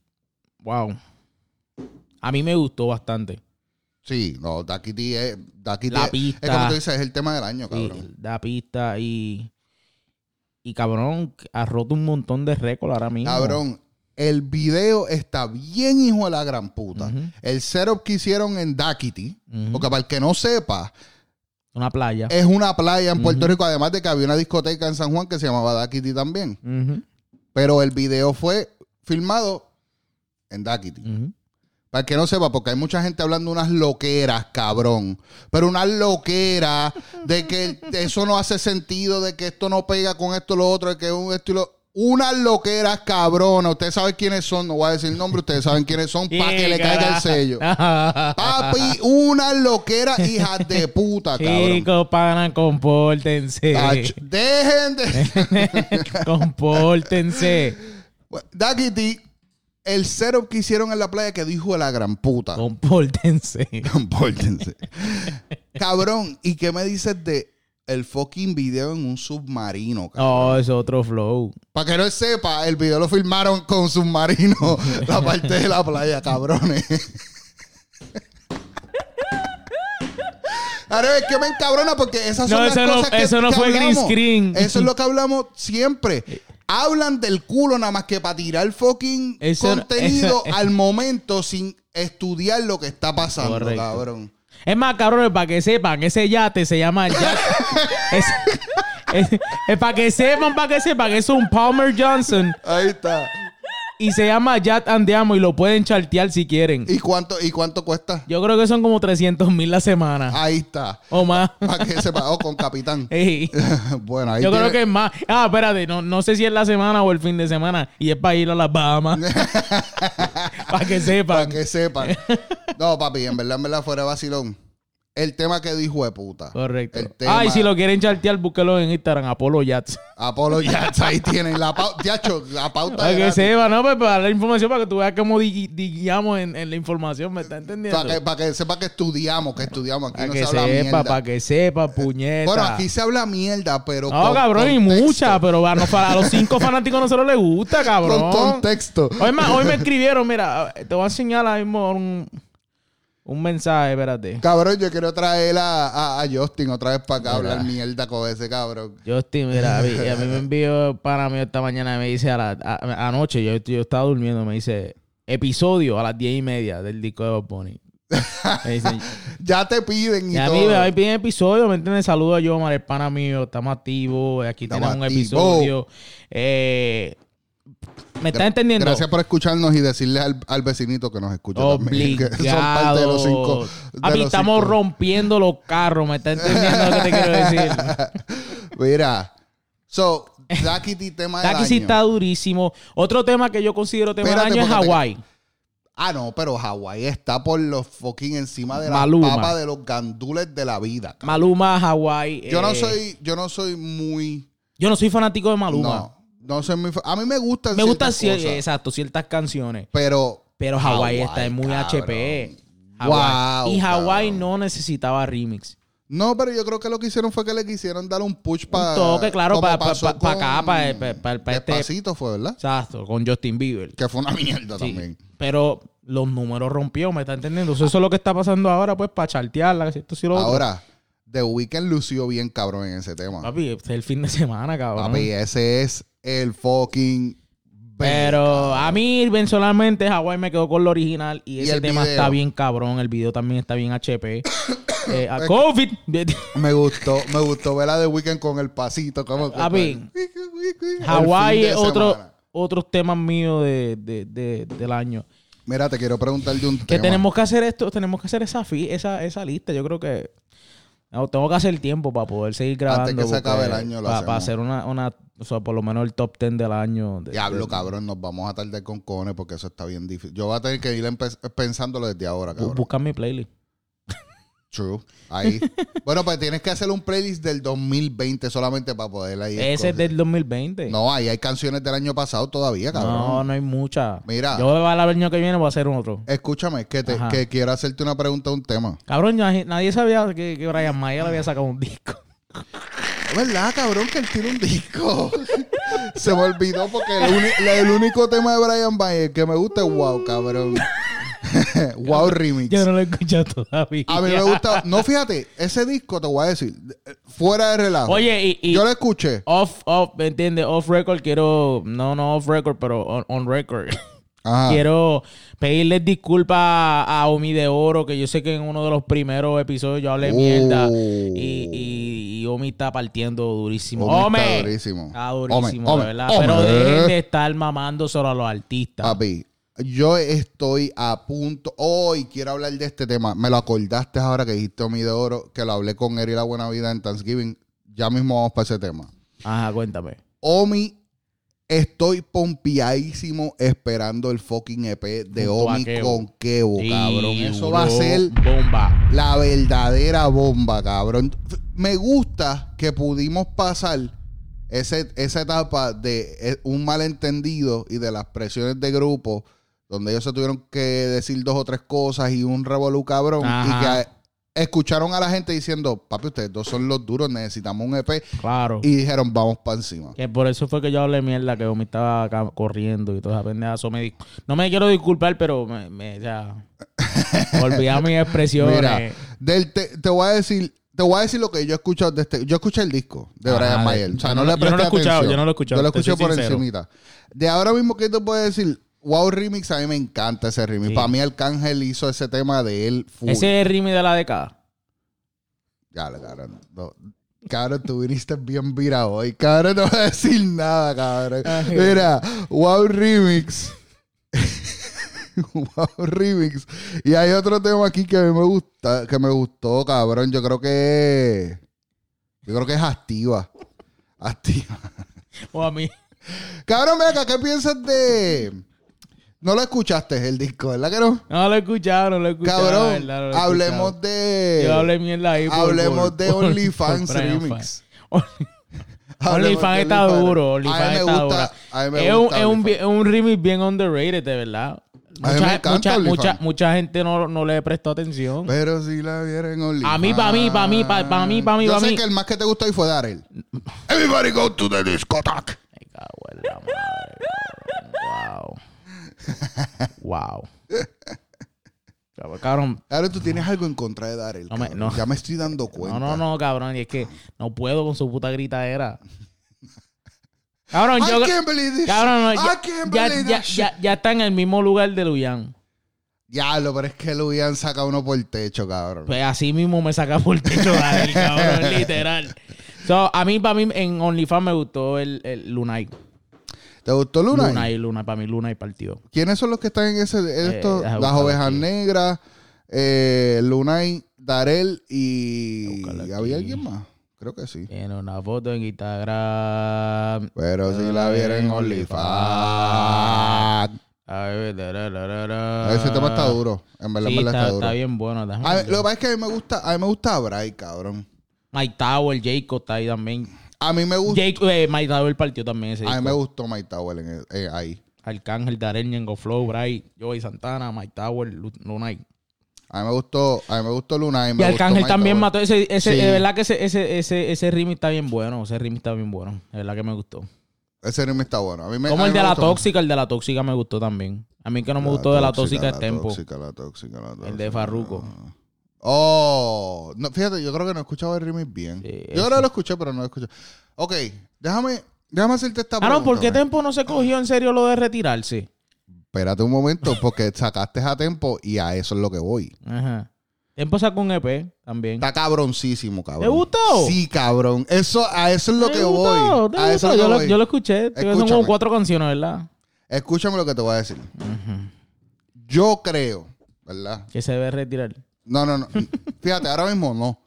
Wow. A mí me gustó bastante. Sí, no, Daquiti es... Daquiti La es, pista. es como tú dices, es el tema del año, Sí, cabrón. da pista y. Y cabrón, ha roto un montón de récords ahora mismo. Cabrón, el video está bien hijo de la gran puta. Ujú. El setup que hicieron en Daquiti, Ujú. porque para el que no sepa, Una playa. es una playa en Puerto Rico, además de que había una discoteca en San Juan que se llamaba Daquiti también. Ujú, Pero el video fue filmado en Daquiti. ujú. Para el que no sepa, porque hay mucha gente hablando unas loqueras, cabrón. Pero unas loqueras de que eso no hace sentido, de que esto no pega con esto, lo otro, de que un- esto y lo... unas loqueras cabronas. Ustedes saben quiénes son, no voy a decir el nombre, ustedes saben quiénes son, para que le caiga el sello. Ah, Papi, unas loqueras hijas de puta, cabrón. Ah, Chicos, pana, compórtense. Ach, Dejen de. compórtense. Bueno, Ducky D, el cero que hicieron en la playa que dijo de la gran puta. Compórtense. Compórtense. Cabrón, ¿y qué me dices de el fucking video en un submarino, cabrón? Oh, es otro flow. Para que no sepa, el video lo filmaron con submarino, la parte de la playa, cabrones. Ahora es que me encabrona porque esas son No, las eso no- cosas que- eso no que fue green hablamos. screen. Eso es lo que hablamos siempre. Hablan del culo nada más que para tirar fucking Eso no- contenido eso- eh. al momento sin estudiar lo que está pasando, Correcto. cabrón. Es más, cabrones, para que sepan, ese yate se llama el yate. es, para que sepan, para que sepan, es un Palmer Johnson Ahí está. y se llama Yat Andiamo y lo pueden chartear si quieren. ¿Y cuánto, y cuánto cuesta? Yo creo que son como 300 mil la semana Ahí está. o más. Para que sepa. Oh, con capitán. Ey, bueno, ahí Yo creo tiene- que es más. Ah, espérate, no, no sé si es la semana o el fin de semana y es para ir a las Bahamas. para que Para sepan. que sepan. No, papi, en verdad, en verdad, fuera de vacilón. El tema que dijo de puta. Correcto. El tema- Ah, y si lo quieren chartear, búsquelo en Instagram, Apolo Yats. Apolo Yats, ahí tienen la pauta. la pauta. Para que gratis. sepa, ¿no? Pues para la información, para que tú veas cómo digui- diguiamos en, en la información, ¿me estás entendiendo? Para que, pa' que sepa que estudiamos, que estudiamos. Aquí Para no que se habla mierda. sepa, para que sepa, puñeta. Bueno, aquí se habla mierda, pero. No, con cabrón, y contexto. mucha, pero a, nos- a los cinco fanáticos no se les gusta, cabrón. Con contexto. Hoy me, hoy me escribieron, mira, te voy a enseñar ahora mismo un, un mensaje, espérate. Cabrón, yo quiero traer a, a- a Justin otra vez para acá a hablar Mira. mierda con ese cabrón. Justin, mira, a mí, a mí me envió para mí esta mañana, me dice a la, a- anoche, yo, yo estaba durmiendo, me dice episodio a las diez y media del disco de Bob Bunny. Me dice, Ya te piden y, y a mí todo. me va bien episodio, ¿me entiendes? Saludo a Yomar, el pana mío, estamos activos, aquí Estamos tenemos un activos. episodio. Eh, ¿Me estás entendiendo? Gracias por escucharnos y decirle al, al vecinito que nos escucha también. Que Obligado. son parte de los cinco. de Papi, los estamos cinco. rompiendo los carros, ¿me estás entendiendo lo que te quiero decir? Mira. So, Ducky D tema del Taki sí año. está durísimo. Otro tema que yo considero tema del Espérate, año es porque te- Hawái. Ah, no, pero Hawái está por los fucking encima de la Maluma. papa de los gandules de la vida. Maluma, Hawái. Yo no eh, soy, yo no soy muy. Yo no soy fanático de Maluma. No, no soy muy. fa- A mí me gustan. Me gustan cier- ciertas cosas, exacto, ciertas canciones. Pero. Pero Hawái está Hawái, en muy cabrón. HP. Wow, Hawái. y Hawái cabrón. no necesitaba remix. No, pero yo creo que lo que hicieron fue que le quisieron dar un push para. Un toque, claro, para acá, eh, para este. Despacito fue, ¿verdad? Exacto, con Justin Bieber. Que fue una mierda Sí, también. Pero los números rompió, ¿me está entendiendo? Entonces, eso es lo que está pasando ahora, pues, para chartearla. que Esto sí lo otro. Ahora, The Weeknd lució bien cabrón en ese tema. Papi, Papi, este es el fin de semana, cabrón. ese es el fucking. Pero a mí, personalmente, Hawái me quedó con lo original y Y ese el tema video. está bien cabrón. El video también está bien HP. Eh, a COVID. Me gustó, me gustó ver a The Weeknd con el pasito. Como que- Papi, El fin Hawái de es otro, semana. otros temas míos de, de- de- del año. Mira, te quiero preguntar de un Que tema. tenemos que hacer esto, tenemos que hacer esa, fi- esa, esa lista. Yo creo que no, tengo que hacer tiempo para poder seguir grabando. Antes que se acabe el año lo Para, hacemos. hacer una, una, o sea, por lo menos el top 10 del año. de- Diablo, de- cabrón, nos vamos a tardar con cojones porque eso está bien difícil. Yo voy a tener que ir empe- pensándolo desde ahora, bu- cabrón. busca mi playlist. True. Ahí. bueno, pues tienes que hacer un playlist del 2020 solamente para poder ahí. Ese escoger. es del 2020. No, ahí hay canciones del año pasado todavía, cabrón. No, no hay mucha. Mira. Yo voy a el año que viene voy a hacer otro. Escúchame, que, te, Ajá. que quiero hacerte una pregunta, un tema. Cabrón, ya- nadie sabía que, que Brian Mayer había sacado un disco. Es verdad, cabrón, que él tiene un disco. Se me olvidó porque el, uni- la- el único tema de Brian Mayer que me gusta es Wow, cabrón. wow Remix. Yo no lo he escuchado todavía. A mí me gusta. No, fíjate, ese disco te voy a decir, eh, fuera de relajo. Oye, y, y yo lo escuché. off, off, ¿me entiendes? Off record quiero... No, no off record, pero on, on record. Ajá. Quiero pedirles disculpas a a Omi de Oro, que yo sé que en uno de los primeros episodios yo hablé Oh. mierda. Y, y, y Omi está partiendo durísimo. Hombre, ¡Ome! está durísimo. Está Hombre, Ah, durísimo, hombre, de verdad. hombre. Eh, Pero dejen de estar mamando solo a los artistas. Papi, yo estoy a punto. Hoy quiero hablar de este tema. Me lo acordaste ahora que dijiste Omi de Oro, que lo hablé con Eri la Buena Vida en Thanksgiving. Ya mismo vamos para ese tema. Ajá, cuéntame. Omi Estoy pompeadísimo esperando el fucking EP de Junto a Omi Kevo. con Kevo, Uh, cabrón. Y Eso bro, va a ser Bomba. la verdadera bomba, cabrón. F- Me gusta que pudimos pasar ese- esa etapa de eh, un malentendido y de las presiones de grupo, donde ellos se tuvieron que decir dos o tres cosas y un revolú cabrón. Y que Ajá. a- escucharon a la gente diciendo, papi, ustedes dos son los duros, necesitamos un EP. Claro. Y dijeron, vamos para encima. Que por eso fue que yo hablé mierda, que Omi estaba ca- corriendo y toda esa pendeja. Eso me di- No me quiero disculpar, pero me, me- o sea, olvidaba mis expresiones. Mira, del te, te voy a decir, te voy a decir lo que yo he escuchado de este. Yo escuché el disco de Ajá, Brian de- Mayer. O sea, yo no, no- le yo no lo he presté escuchado, atención. yo no lo he escuchado, Yo lo te escuché soy por sincero. encimita. De ahora mismo, ¿qué te puedo decir? Wow Remix, a mí me encanta ese remix. Sí. Para mí, Arcángel hizo ese tema de él. full. Ese es el ritmo de la década. Ya, lo, cabrón. no. Cabrón, tú viniste bien virado hoy. Cabrón, no voy a decir nada, cabrón. Ay. Mira, Wow Remix. wow Remix. Y hay otro tema aquí que a mí me gusta, que me gustó, cabrón. Yo creo que. Yo creo que es activa. Activa. O Oh, a mí. Cabrón, venga, ¿qué piensas de.? No lo escuchaste el disco, ¿verdad que no? No lo he escuchado, no lo he escuchado. la Cabrón, verdad, no lo he hablemos escuchado. de. Yo hablé mierda ahí. por- Hablemos por- de por- OnlyFans por Brian Remix. Fan. Hablemos OnlyFans de está Ah, OnlyFans. duro. A mí OnlyFans me está gusta- duro. a mí me Es un, gusta es, un, OnlyFans. bi- es un remix bien underrated, de verdad. A mí me encanta mucha, OnlyFans. mucha, mucha gente no, no le prestó atención. Pero si la vieron en OnlyFans. A mí, pa' mí, pa' mí, pa- pa' mí, pa' mí, Yo pa' sé mí. que el más que te gustó ahí fue Darel. Everybody go to the discotheque. Me cago en la madre, cabrón. Wow. Wow. Cabrón, Cabrón. Ahora tú tienes algo en contra de Darel. No me- cabrón. no. Ya me estoy dando No, cuenta. no, no, cabrón. Y es que no puedo con su puta gritadera. Cabrón, I yo. can't believe this. Cabrón, no, I ya, can't ya, believe ya- that shit. ya- ya está en el mismo lugar de Luyan. Diablo, pero es que lo habían sacado uno por el techo, cabrón. Pues así mismo me saca por el techo Daniel, cabrón, literal. So, a mí, para mí, en OnlyFans me gustó el, el Lunay. ¿Te gustó Luna? Lunay, Lunay, para mí Lunay partido. ¿Quiénes son los que están en ese? en esto? deja Las buscarlo ovejas aquí. negras, eh, Lunay, Darel y. Deja buscarlo ¿Había aquí. alguien más? Creo que sí. Tiene una foto en Instagram. Pero Eh, si la vieron en OnlyFans. Ese Ese tema está duro. En verdad, Ah. Sí, en verdad está, está, duro. está bien bueno. déjame A ver, ver. lo que pasa es que a mí me gusta, a mí me gusta Bray, cabrón. Mike Tower, Jacob está ahí también. A mí me gusta, Jacob, eh, Mike Tower partió también ese. a mí disco. me gustó My Tower en el- eh, ahí. Arcángel, Darel, Ñengo Flow, Bray, Joey Santana, Mike Tower, Lu- Lunay. A mí me gustó, a mí me gustó Luna y me Y gustó Arcángel My también Tower. mató. Ese, ese, Sí. De verdad que ese, ese, ese, ese ritmo está bien bueno. Ese ritmo está bien bueno. De verdad que me gustó. Ese ritmo está bueno. A mí me, Como a mí el me de la gustó. tóxica, el de la tóxica me gustó también. A mí el que no me gustó de la tóxica es Tempo. La tóxica, la tóxica, la tóxica. El de Farruko. Oh, no, fíjate, yo creo que no he escuchado el remix bien. Sí, yo creo que lo escuché, pero no lo escuché. Ok, déjame, déjame hacerte esta Ah, pregunta. no, ¿por qué Bray. Tempo no se cogió en serio lo de retirarse? Espérate un momento, porque sacaste a Tempo y a eso es lo que voy. Ajá. Tempo sacó un EP también. Está cabroncísimo, cabrón. ¿Te gustó? Sí, cabrón. Eso, a eso es lo ¿Te que gustó? voy. ¿Te A eso gustó? es lo yo, que lo, voy. yo lo escuché. Creo que Son Escúchame. como cuatro canciones, ¿verdad? Escúchame lo que te voy a decir. Yo creo, ¿verdad? Que se debe retirar. No, no, no. Fíjate, ahora mismo no.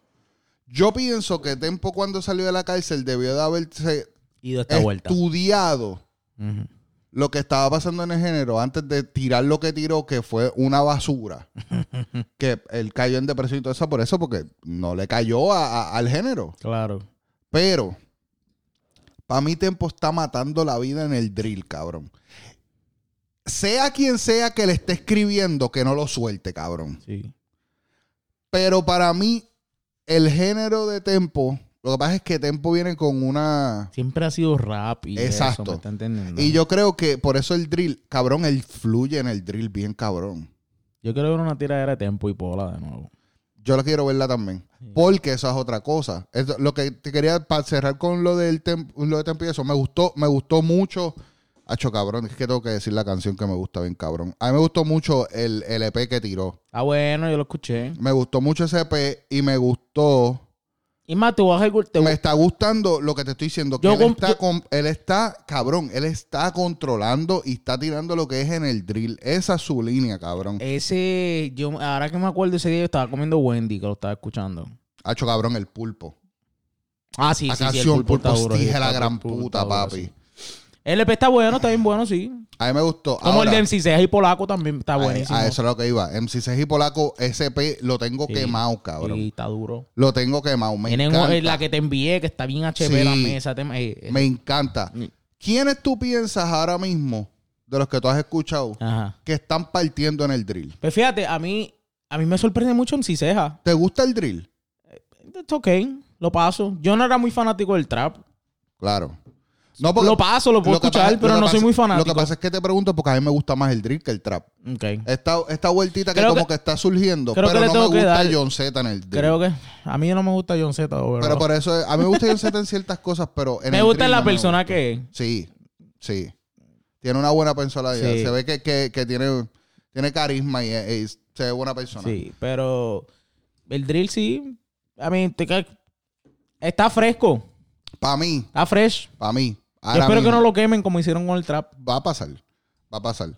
Yo pienso que Tempo cuando salió de la cárcel debió de haberse Y de esta vuelta. estudiado Ujú. lo que estaba pasando en el género antes de tirar lo que tiró, que fue una basura. que él cayó en depresión y todo eso por eso, porque no le cayó a- a- al género. Claro. Pero, para mí Tempo está matando la vida en el drill, cabrón. Sea quien sea que le esté escribiendo, que no lo suelte, cabrón. Sí. Pero para mí, el género de Tempo, lo que pasa es que Tempo viene con una... Siempre ha sido rap y Exacto. eso, ¿me está entendiendo? Y yo creo que por eso el drill, cabrón, él fluye en el drill bien, cabrón. Yo quiero ver una tiradera de Tempo y Pola de nuevo. Yo la quiero verla también. Porque esa es otra cosa. Eso- lo que te quería, para cerrar con lo del tem- lo de Tempo y eso, me gustó, me gustó mucho. Hacho cabrón, es que tengo que decir la canción que me gusta bien, cabrón. A mí me gustó mucho el, el EP que tiró. Ah, bueno, yo lo escuché. Me gustó mucho ese EP y me gustó. Y más, tú vas a recor- te- Me está gustando lo que te estoy diciendo. Que Yo él, com- está yo- con- él está, cabrón, él está controlando y está tirando lo que es en el drill. Esa es su línea, cabrón. Eh, Ese, yo, ahora que me acuerdo ese día, yo estaba comiendo Wendy, que lo estaba escuchando. Hacho cabrón, el pulpo. Ah, sí, la sí, sí, el canción pulpo Pulpo está duro. sí, Stige, la está- gran Pulpo puta, está duro, papi. sí. LP está bueno, está bien bueno, sí. A mí me gustó. Como Ahora, el de MC Ceja y Polaco también está a- buenísimo. A, eso es lo que iba. MC Seji Polaco, SP, lo tengo Sí. quemado, cabrón. Sí, está duro. Lo tengo quemado. Me Tienen eh, encanta. la que te envié, que está bien HP la Sí. mesa. tem- eh, eh. Me encanta. ¿Quiénes tú piensas ahora mismo, de los que tú has escuchado, Ajá. que están partiendo en el drill? Pues fíjate, a mí, a mí me sorprende mucho MC Ceja. ¿Te gusta el drill? It's ok, lo paso. Yo no era muy fanático del trap. Claro. No, Lo paso, lo puedo que escuchar, pasa- pero lo que no soy pasa- muy Lo que fanático. pasa es que te pregunto porque a mí me gusta más el drill que el trap. Ok. Esta, esta vueltita que Creo como que- que, está surgiendo, creo pero que le no me tengo que gusta dar- John Z en el drill. Creo que a mí no me gusta John Z. pero por eso, es- a mí me gusta John Z en ciertas cosas, pero en me el gusta drill la no me persona gusta. que es. Sí, sí. Tiene una buena personalidad. Sí. Se ve que, que- que tiene, tiene carisma y, es- es- se ve buena persona. Sí, pero el drill sí. A mí te ca- está fresco, Para mí, está fresh. para mí. Yo ahora espero que mismo, no lo quemen como hicieron con el trap. Va a pasar, va a pasar.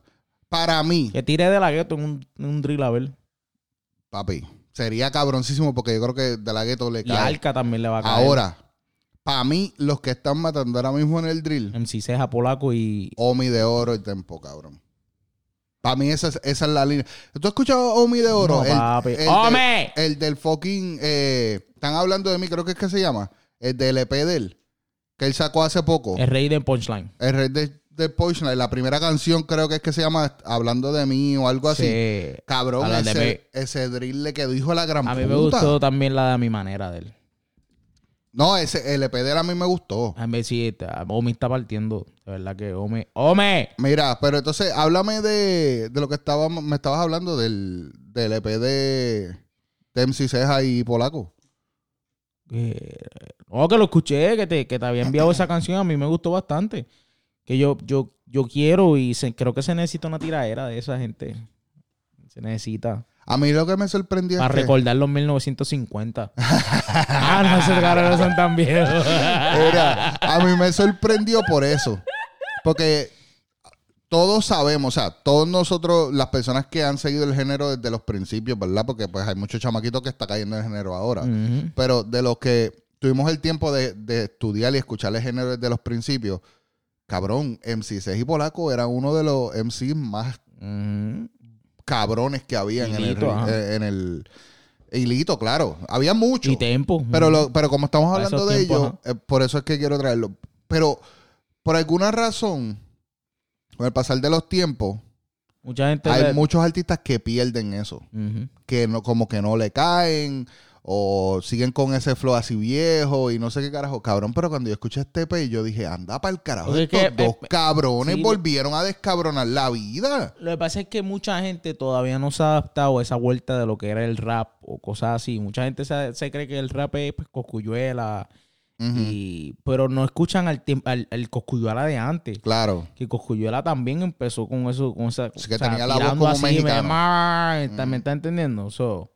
Para mí, Que tire de la gueto en un, en un drill a ver. papi, sería cabroncísimo porque yo creo que de la gueto le Y cae. Alca también le va a caer. Ahora, para mí, los que están matando ahora mismo en el drill, MC Ceja, Polaco y... Omi de Oro y Tempo, cabrón. Para mí esa es, esa es la línea. ¿Tú has escuchado Omi de Oro? No, El- papi. el de- ¡Ome! el del fucking. eh, están hablando de mí, creo que es que se llama. El del EP de él. Que él sacó hace poco. El rey de punchline. El red de, de Poison, La primera canción creo que es que se llama Hablando de mí o algo así. Sí. Cabrón, Hablan de ese, ese drill le quedó hijo de la gran A mí puta. me gustó también la de a mi manera de él. No, ese, el EP de él a mí me gustó. A ver si está- Omi está partiendo. De verdad que Omi... ¡Ome! Mira, pero entonces háblame de, de lo que estaba, me estabas hablando del, del EP de, de MC Ceja y Polaco. Eh, no, que lo escuché, que te, que te había enviado esa canción, a mí me gustó bastante. Que yo, yo, yo quiero y se- creo que se necesita una tiradera de esa gente. Se necesita. A mí lo que me sorprendió Para es que... recordar los 1950. ah, no, esos caras no son tan viejos. Era, a mí me sorprendió por eso. Porque todos sabemos, o sea, todos nosotros, las personas que han seguido el género desde los principios, ¿verdad? Porque pues hay muchos chamaquitos que está cayendo en el género ahora. Ujú. Pero de los que tuvimos el tiempo de, de estudiar y escuchar el género desde los principios, cabrón, MC Seis y Polaco era uno de los MCs más Ujú. cabrones que había en el... eh, Hilito, ajá. En el Hilito, claro. Había muchos. Y tempo. Pero, lo- pero como estamos Para hablando esos de tiempos, ello, eh, por eso es que quiero traerlo. Pero por alguna razón, con el pasar de los tiempos, Mucha gente. hay le- muchos artistas que pierden eso, Ujú. que no, como que no le caen o siguen con ese flow así viejo y no sé qué carajo. Cabrón, pero cuando yo escuché este pe, yo dije, anda para el carajo. Porque es estos que, dos eh, cabrones sí, lo- volvieron a descabronar la vida. Lo que pasa es que mucha gente todavía no se ha adaptado a esa vuelta de lo que era el rap o cosas así. Mucha gente se, se cree que el rap es pues, cocuyuela, Ujú, y- pero no escuchan al, tiemp- al, al Cosculluela de antes. Claro. Que Cosculluela también empezó con eso, con esa. Sí, que tenía la voz tirando como me- mexicano. ma- está- ¿Me está entendiendo? So,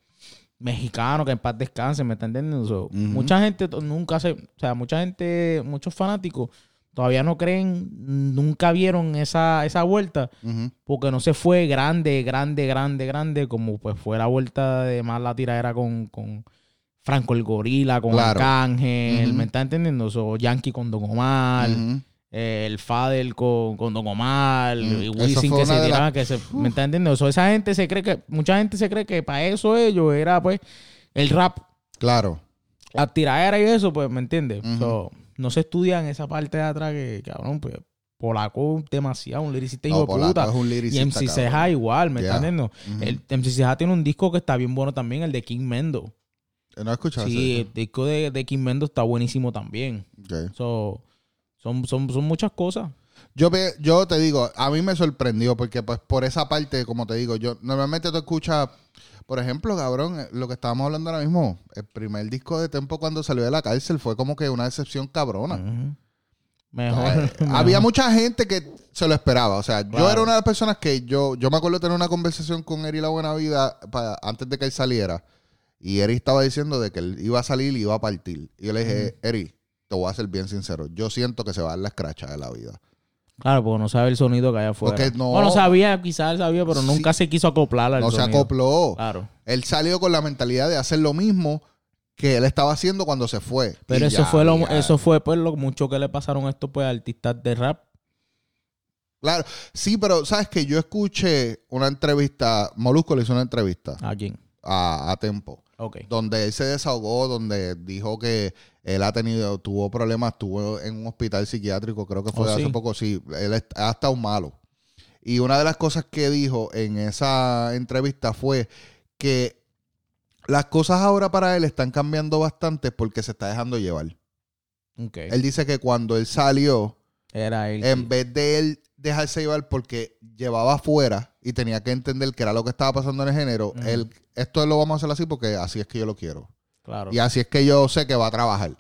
mexicano, que en paz descanse, ¿me está entendiendo? So, Mucha gente to- nunca se. O sea, mucha gente, muchos fanáticos todavía no creen, nunca vieron esa, esa vuelta ujú. porque no se fue grande, grande, grande, grande, como pues fue la vuelta de más la tiradera con, con Franco el Gorila, con Claro. Arcángel, Ujú. ¿me está entendiendo? So, Yankee con Don Omar, Ujú. eh, el Fadel con, con Don Omar, Mm. y Eso Wisin fue una que se de tiraba, las- que se, ¿me está entendiendo? So, esa gente se cree que, mucha gente se cree que para eso ellos era pues el rap, Claro. la tiradera y eso, pues, ¿me entiendes? Ujú. So, no se estudian esa parte de atrás que, cabrón, pues, polaco demasiado, un liricista hijo No, de Polaco puta. es un Y lyricista, MC cabrón. Ceja igual, ¿me Ya. estás entendiendo? El MC Ceja tiene un disco que está bien bueno también, el de King Mendo. No he escuchado Sí, el disco de, de King Mendo está buenísimo también. eso. Ok. So, son, son, son muchas cosas. Yo, ve- yo te digo, a mí me sorprendió porque pues por esa parte, como te digo, yo normalmente tú escuchas, por ejemplo, cabrón, eh, lo que estábamos hablando ahora mismo, el primer disco de Tempo cuando salió de la cárcel fue como que una excepción cabrona. Ujú. O Mejor. sea, eh, mejor. Había mucha gente que se lo esperaba. O sea, yo Claro. era una de las personas que yo, yo me acuerdo tener una conversación con Eri La Buena Vida para, antes de que él saliera. Y Eri estaba diciendo de que él iba a salir y iba a partir. Y yo le dije, Eri, te voy a ser bien sincero. Yo siento que se va a dar la escracha de la vida. Claro, porque no sabe el sonido que hay afuera. Porque no- Bueno, sabía, quizás sabía, pero Sí. nunca se quiso acoplar al No se sonido. acopló. Claro. Él salió con la mentalidad de hacer lo mismo que él estaba haciendo cuando se fue. Pero Y eso ya, fue lo ya. eso fue pues lo mucho que le pasaron a estos pues artistas de rap Claro, sí, pero sabes que yo escuché una entrevista, Molusco le hizo una entrevista A Jin. a, a Tempo, Ok. donde él se desahogó, donde dijo que él ha tenido, tuvo problemas, estuvo en un hospital psiquiátrico, creo que fue Oh, hace sí. poco, sí, él est- ha estado malo. Y una de las cosas que dijo en esa entrevista fue que las cosas ahora para él están cambiando bastante porque se está dejando llevar. Ok. Él dice que cuando él salió, Era él. en vez de él dejarse llevar porque llevaba afuera y tenía que entender que era lo que estaba pasando en el género, Ujú. él, esto lo vamos a hacer así porque así es que yo lo quiero. Claro. Y así es que yo sé que va a trabajar.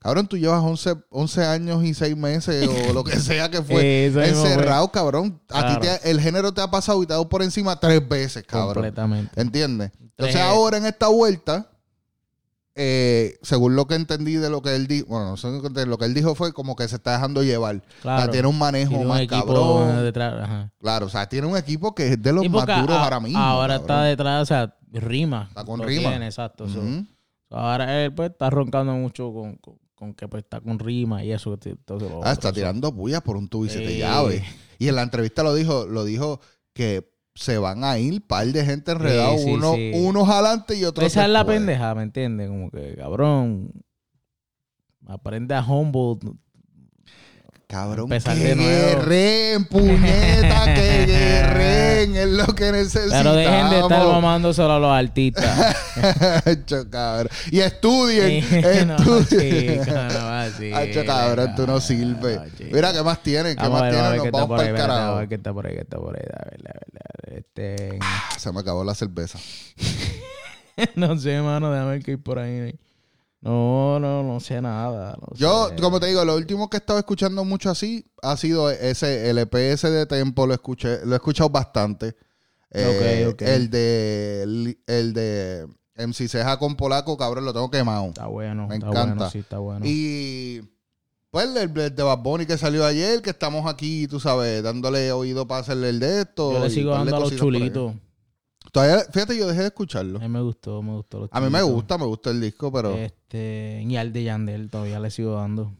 Cabrón, tú llevas 11, 11 años y 6 meses o lo que sea que fue Eso mismo fue. encerrado, cabrón. A ti Eh, pues, Claro. te- el género te ha pasado y te ha dado por encima tres veces, cabrón. Completamente. ¿Entiendes? Entonces Tres. ahora en esta vuelta, eh, según lo que entendí de lo que él dijo, bueno, no sé lo que entendí, lo que él dijo fue como que se está dejando llevar. O sea, Claro. tiene un manejo Tiene un más equipo cabrón. eh, detrás. Ajá. Claro, o sea, tiene un equipo que es de los Sí, más porque duros a- ahora mismo. Ahora está cabrón. detrás, o sea, rima. Está con Lo rima. tiene, exacto. so. Ujú. Ahora él pues está roncando mucho con, con, con que pues está con rima y eso. Entonces, lo Ah, está otro, so. Eh, tirando bullas por un tubo y siete Sí. llaves. Y en la entrevista lo dijo, lo dijo que se van a ir par de gente enredado, Sí, sí, uno, sí. unos adelante y otros Esa es la después. pendeja, ¿me entiendes? Como que, cabrón, aprende a humble. Cabrón, que Empezar de nuevo. guerren, puñeta, que guerren, es lo que necesitamos. Pero dejen de estar mamándoselo a los artistas. Acho, cabrón. Y estudien, Sí, no, estudien. chico, no, así, Hacho, cabrón, tú no sirves. no, chico. Mira, ¿qué más tienen? ¿Qué Vamos a más ver, tienen? vamos a ver Nos qué está vamos por para ahí, el espérate, vamos a carajo. ver qué está por ahí, qué está por ahí. A ver, a ver, a ver, este... Se me acabó la cerveza. no sé, mano, déjame ver qué hay por ahí. No, no, no sé nada. no Yo, sé. como te digo, lo último que he estado escuchando mucho así ha sido ese LPS de Tempo, lo escuché, lo he escuchado bastante. Eh, Ok, ok. El de el de MC Ceja con Polaco, cabrón, lo tengo quemado. Está bueno, Me está encanta. bueno, sí, está bueno. Y pues el el de Bad Bunny que salió ayer, que estamos aquí, tú sabes, dándole oído para hacerle el de esto. Yo le y sigo darle dando a los cositas por ahí. chulitos. Eh, Todavía, fíjate, yo dejé de A escucharlo. mí me gustó, me gustó los A mí me chulitos. gusta, me gusta el disco, pero... Este, y al de Yandel todavía le sigo dando.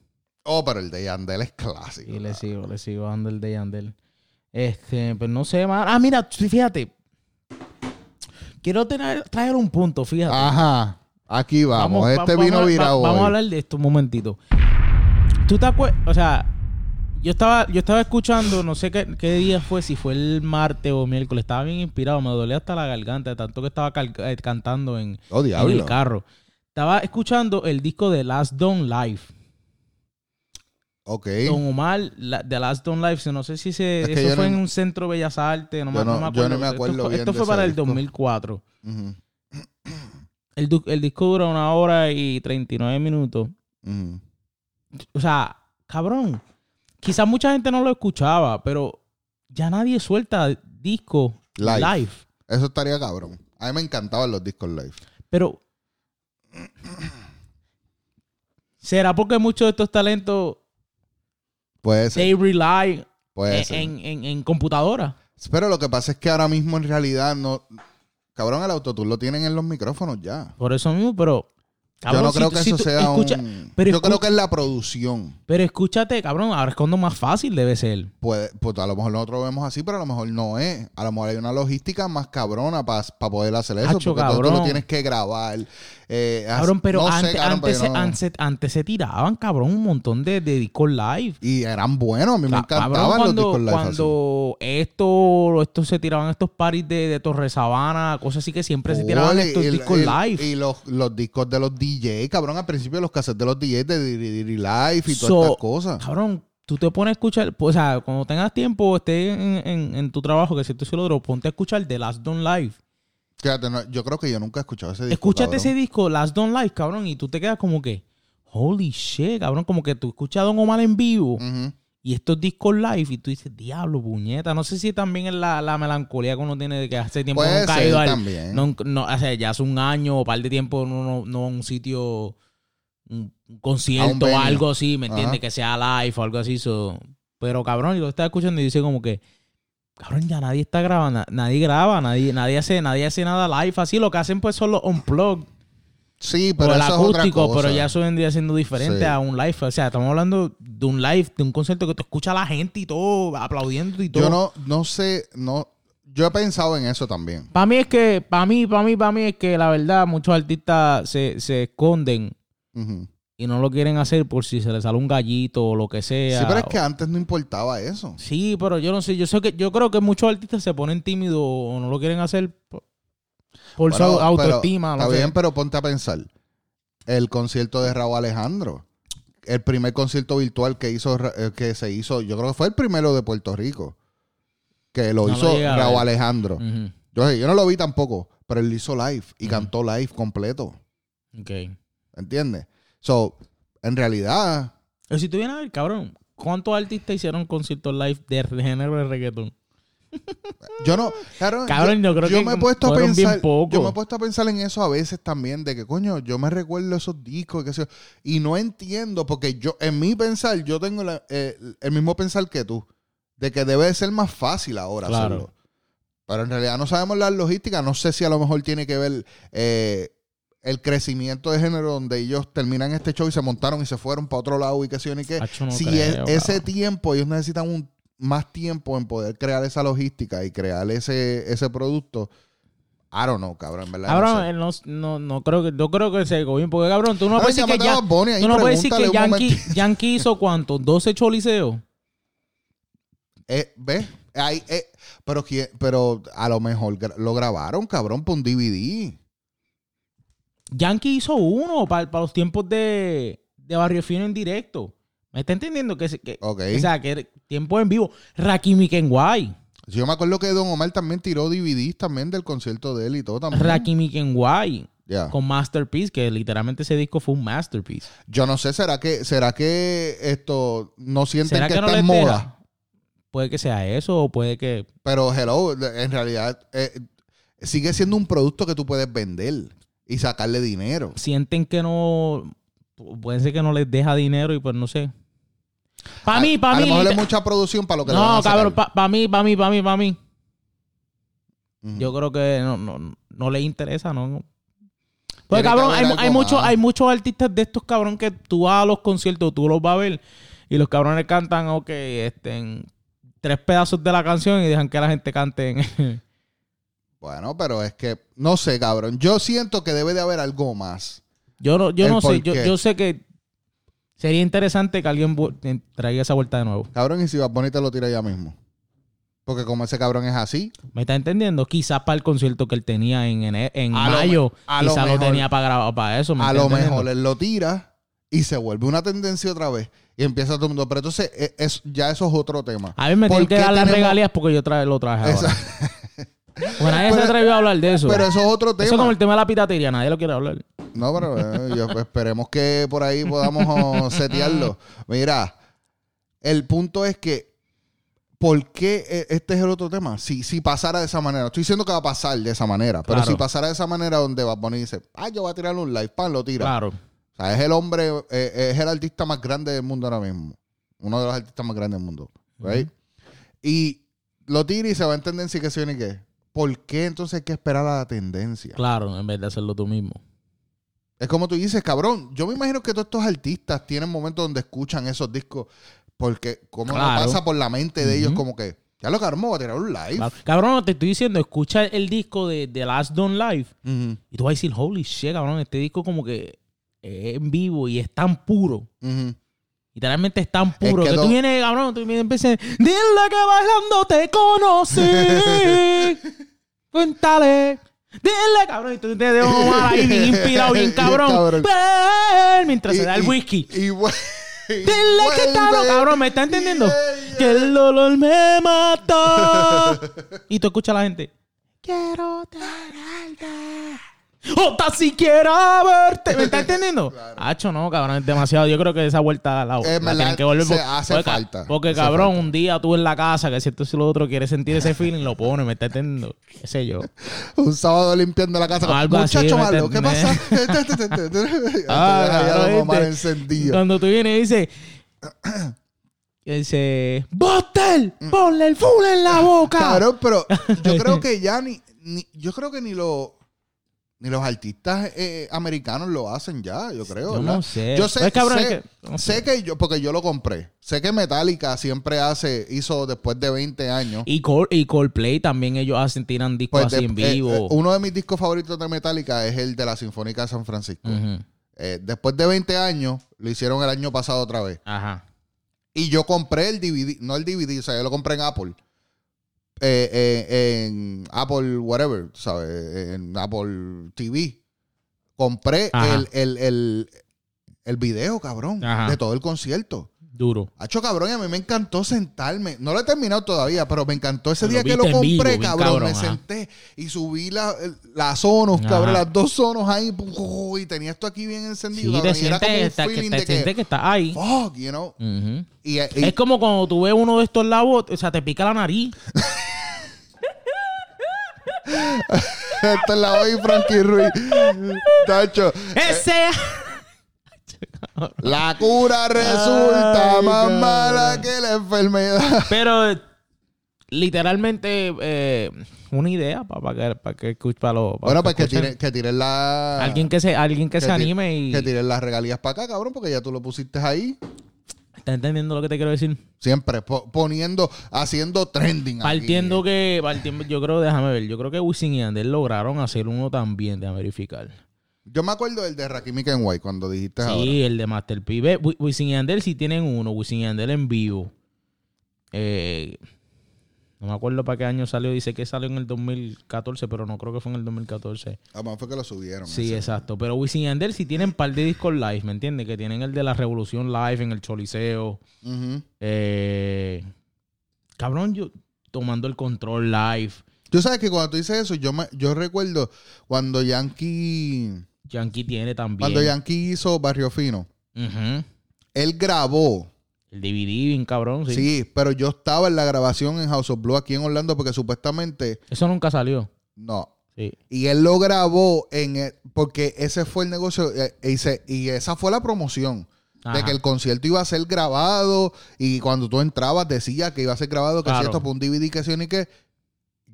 Oh, pero el de Yandel es clásico. Y le sigo, le sigo dando el de Yandel. Este, pues no sé más. Ah, mira, sí, fíjate. Quiero tener, traer un punto, fíjate. Ajá, aquí vamos. este va- vino vamos a- virado va- Vamos hoy. a hablar de esto un momentito. ¿Tú te acuerdas? O sea, yo estaba, yo estaba escuchando, no sé qué, qué día fue, si fue el martes o miércoles. Estaba bien inspirado, me dolía hasta la garganta, de tanto que estaba cal- eh, cantando en, Oh, en diablo. el carro. Estaba escuchando el disco de Last Don Live. Ok. Don Omar, la- de Last Don Life, no sé si se, Es que yo eso fue no- en un centro Bellas Artes, no, me- Yo no- no me yo acuerdo. no me acuerdo esto, fue- bien esto de fue ese para el disco. 2004. Ujú, El, du- el disco dura una hora y 39 minutos. ujú. O sea, cabrón, quizás mucha gente no lo escuchaba, pero ya nadie suelta disco Live. live. Eso estaría cabrón. A mí me encantaban los discos live. Pero, ¿será porque muchos de estos talentos, Puede ser, they rely puede ser. en, en, en computadora? Pero lo que pasa es que ahora mismo en realidad no... Cabrón, el autotune lo tienen en los micrófonos ya. Por eso mismo, pero. cabrón, yo no si creo tú- que si eso tú sea escucha- un... pero yo creo escucha- que es la producción. Pero escúchate, cabrón, ahora es cuando más fácil debe ser. Puede, pues a lo mejor nosotros lo vemos así, pero a lo mejor no es. A lo mejor hay una logística más cabrona para poder hacer eso. Hacho, porque entonces tú lo cabrón. tienes que grabar. eh, haz- Cabrón, pero no sé, antes, cabrón, antes, pero yo se- no- antes, antes se tiraban, cabrón, un montón de, de discos live. Y eran buenos, a mí me Ca- encantaban los cuando, discos live así. cuando esto, esto se tiraban estos parties de, de Torre Sabana, cosas así que siempre se tiraban Ole, estos y- discos y- live. Y los, los discos de los DJ, cabrón, al principio los cassettes de los DJ de Diri Diri Life y todas So, estas cosas. Cabrón, tú te pones a escuchar, pues, o sea, cuando tengas tiempo, estés en, en- en tu trabajo, que si tú se lo otro, ponte a escuchar The Last Don't Live. Fíjate, no, yo creo que yo nunca he escuchado ese disco. Escúchate pues, cabrón. ese disco, Last Don't Live, cabrón, y tú te quedas como que, holy shit, cabrón, como que tú escuchas a Don Omar en vivo Ujú. y estos discos live y tú dices, diablo, puñeta. No sé si también es la, la melancolía que uno tiene de que hace tiempo Puede no ha ser caído al. también. No, no, o sea, ya hace un año o par de tiempo no, no, no a un sitio, un, un A un concierto o venue. algo así, ¿me entiendes? Ajá. Que sea live o algo así. so. Pero cabrón, yo lo estaba escuchando y dice como que, cabrón, ya nadie está grabando, na- nadie graba, nadie, nadie hace, nadie hace nada live así. Lo que hacen pues son los unplugged. Sí, Pero pero el eso es otra acústico, cosa. pero ya eso vendría siendo diferente Sí. a un live. O sea, estamos hablando de un live, de un concierto que te escucha la gente y todo, aplaudiendo y todo. Yo no, no sé, no, yo he pensado en eso también. Para mí es que, para mí, para mí, para mí es que la verdad muchos artistas se, se esconden Ujú. y no lo quieren hacer por si se les sale un gallito o lo que sea. Sí, pero es que antes no importaba eso. Sí, pero yo no sé, yo sé que yo creo que muchos artistas se ponen tímidos o no lo quieren hacer por, por su Bueno, pero- autoestima. no está sé. bien, pero ponte a pensar. El concierto de Raúl Alejandro. El primer concierto virtual que hizo Ra- eh, que se hizo, yo creo que fue el primero de Puerto Rico. Que lo No lo hizo llegué a Raúl ver. Mm. Alejandro. Ujú, Yo, yo no lo vi tampoco, pero él hizo live y Ujú. cantó live completo. ok. ¿Entiendes? So, en realidad, Pero si tú vienes a ver, cabrón, ¿cuántos artistas hicieron conciertos live de género de reggaetón? yo no. Claro, Cabrón, yo creo que me he puesto a fueron bien pensar. pocos. Yo me he puesto a pensar en eso a veces también, de que coño, yo me recuerdo esos discos y qué sé yo, Y no entiendo, porque yo, en mi pensar, yo tengo la- eh, el mismo pensar que tú, de que debe de ser más fácil ahora Claro. hacerlo. Pero en realidad no sabemos la logística, no sé si a lo mejor tiene que ver eh, el crecimiento de género donde ellos terminan este show y se montaron y se fueron para otro lado y qué sé yo, ni qué. Hacho, no si creo, es- cabrón. ese tiempo ellos necesitan un, más tiempo en poder crear esa logística y crear ese, ese producto, I don't know, cabrón, en ¿verdad? Cabrón, no sé. él no, no, no creo que, yo creo que se bien, porque cabrón, tú no Cabrón, puedes decir que, llámate a ya- Bad Bunny ahí, tú no puedes decir que pregúntale un Yankee, Yankee hizo cuánto, 12 choliseos. Eh, ¿Ves? Ahí, eh, pero, quién- pero a lo mejor gra- lo grabaron, cabrón, por un DVD. Yankee hizo uno para los tiempos de, de Barrio Fino en directo. ¿Me está entendiendo? Que, se- que- Ok. O sea, que era tiempo en vivo. Rakim y Kenway. Yo me acuerdo que Don Omar también tiró DVDs también del concierto de él y todo también. Rakim y Kenway. Ya. Con Masterpiece, que literalmente ese disco fue un masterpiece. Yo no sé, ¿será que, será que esto no sienten ¿Será que, que, no está le en moda? moda? Puede que sea eso o puede que... Pero hello, en realidad eh, sigue siendo un producto que tú puedes vender y sacarle dinero. sienten que no. Puede ser que no les deja dinero y pues no sé. Para mí, a, para a mí. lo mejor liter- es mucha producción para lo que le van no, a sacar. cabrón, para mí, para mí, para mí, para mí. Ujú. Yo creo que no, no, no les interesa, ¿no? Tiene Pues que cabrón, haber hay, algo hay muchos, más. hay muchos artistas de estos cabrón que tú vas a los conciertos, tú los vas a ver y los cabrones cantan, ok, estén tres pedazos de la canción y dejan que la gente cante. en- Bueno, pero es que no sé, cabrón. Yo siento que debe de haber algo más. yo no, yo ¿El no sé, por yo, qué? yo sé que sería interesante que alguien vu- eh, traiga esa vuelta de nuevo. Cabrón, y si Bad Bunny te lo tira ya mismo. Porque como ese cabrón es así, ¿Me estás entendiendo? Quizás para el concierto que él tenía en, ene- en A lo mayo, me- a lo quizás lo, mejor. tenía para grabar para eso. ¿me a estás lo entendiendo? mejor él lo tira y se vuelve una tendencia otra vez. Y empieza todo el mundo. Pero entonces e- es, ya eso es otro tema. A mí me ¿Por tienen que qué dar las tenemos- regalías porque yo tra- lo traje ahora. Esa- Bueno, nadie se Pero- atrevió a hablar de eso. pero eso es otro tema. eso es como el tema de la piratería, nadie lo quiere hablar. No, pero eh, yo- pues, esperemos que por ahí podamos oh, setearlo. Mira, el punto es que, ¿por qué eh, este es el otro tema? Si, si pasara de esa manera, estoy diciendo que va a pasar de esa manera, pero Claro. si pasara de esa manera donde Bad Bunny dice, ah, yo voy a tirar un live, pan, lo tira. Claro. O sea, es el hombre, eh, es el artista más grande del mundo ahora mismo. Uno de los artistas más grandes del mundo. ¿right? Y lo tira y se va en tendencia y que se viene qué. ¿Por qué entonces hay que esperar a la tendencia? Claro, en vez de hacerlo tú mismo. Es como tú dices, cabrón. Yo me imagino que todos estos artistas tienen momentos donde escuchan esos discos porque como Claro. no pasa por la mente de ellos Ujú. como que ya lo cabrón me voy a tirar un live. Claro. Cabrón, no te estoy diciendo, escucha el disco de The Last Done Live Ujú, y tú vas a decir, holy shit, cabrón, este disco como que es en vivo y es tan puro. ujú. Literalmente es tan puro que que, tú no- vienes, cabrón, tú vienes empiezas, dile que bailando te conocí. Cuéntale. Dile, cabrón, y tú te dejas mal ahí bien inspirado, bien Bien cabrón. cabrón. Ven, mientras Y- se da el y- whisky. Y, vu- y Dile que está lo vuelve. cabrón, ¿me está entendiendo? Yeah, Que el dolor me mató. y tú escuchas a la gente. Quiero tenerte. O tan siquiera verte. ¿Me está entendiendo? Hacho, no, cabrón, es demasiado. Yo creo que esa vuelta la, Eh, la me la- tienen que volver. se porque- hace porque, ca- falta, Porque, hace cabrón, falta. un día tú en la casa, que si esto si lo otro quieres sentir ese feeling, lo pones, ¿me está entendiendo? Qué sé yo. Un sábado limpiando la casa. con- Algo así, Muchacho ¿me malo, ¿qué entendés? pasa? Ah, ya lo cabrón, mamá ¿viste? encendido. Cuando tú vienes y dices. Dice, ¡Botel! Mm. ¡Ponle el full en la boca! Cabrón, pero yo creo que ya ni, ni- yo creo que ni lo Ni los artistas eh, americanos lo hacen ya, yo creo. Yo ¿verdad? no sé. Yo sé, Pues, cabrón, sé, es que- no sé que yo, porque yo lo compré. Sé que Metallica siempre hace, hizo después de 20 años. Y, Col- y Coldplay también ellos hacen, tiran discos Pues, así de- en eh, vivo. eh, uno de mis discos favoritos de Metallica es el de la Sinfónica de San Francisco. Ujú. Eh, después de 20 años, lo hicieron el año pasado otra vez. Ajá. Y yo compré el DVD, no el DVD, o sea, yo lo compré en Apple. Eh, eh, en Apple, whatever, ¿sabes? En Apple TV. Compré Ajá. el, el, el, el video, cabrón, Ajá. de todo el concierto. Duro. Hacho, cabrón, y a mí me encantó sentarme. No lo he terminado todavía, pero me encantó ese Lo día que viste lo en vivo, compré, bien cabrón. cabrón, me ajá. senté y subí la- la Sonos, Ajá. cabrón, las dos Sonos ahí. pum, pum, pum, Y tenía esto aquí bien encendido. Sí, te cabrón, y era sientes, como un está- que, feeling te de sientes que, que estás ahí. fuck, you know. Ujú. Y, y- Es como cuando tú ves uno de estos lagos, o sea, te pica la nariz. Esta es la hoy Frankie Ruiz. Tacho, ¡Ese! la cura resulta Ay, más cabrón. mala que la enfermedad. Pero eh, literalmente eh, una idea para que, pa que escuche para los. Bueno, pues que tiren, que tiren la... Alguien que se, alguien que se ti- anime y. Ah, Que tiren las regalías para acá, cabrón, porque ya tú lo pusiste ahí. ¿Estás entendiendo lo que te quiero decir? Siempre po- poniendo, haciendo trending. aquí. Partiendo que. partiendo- yo creo, déjame ver. Yo creo que Wisin y Andel lograron hacer uno también, déjame verificar. Yo me acuerdo del de Rakimi Kenway cuando dijiste ahora. Sí, el de Master P. Ve, Wi- Wisin y Andel sí tienen uno. Wisin y Andel en vivo. Eh, no me acuerdo para qué año salió. Dice que salió en el 2014, pero no creo que fue en el 2014. Además fue que lo subieron. Sí, ese. exacto. Pero Wisin y Yandel sí tienen par de discos live, ¿me entiendes? Que tienen el de la Revolución live en el Choliseo. Ujú. Eh, cabrón, yo tomando el control live. Tú sabes que cuando tú dices eso, yo, me, yo recuerdo cuando Yankee, Yankee tiene también. cuando Yankee hizo Barrio Fino, Ujú. él grabó El DVD, bien cabrón, sí. Sí. pero yo estaba en la grabación en House of Blue aquí en Orlando porque supuestamente Eso nunca salió. no. Sí. Y él lo grabó en el- porque ese fue el negocio eh, y, se- y esa fue la promoción de Ajá. que el concierto iba a ser grabado y cuando tú entrabas decía que iba a ser grabado, que Claro. si esto fue un DVD que sí ni que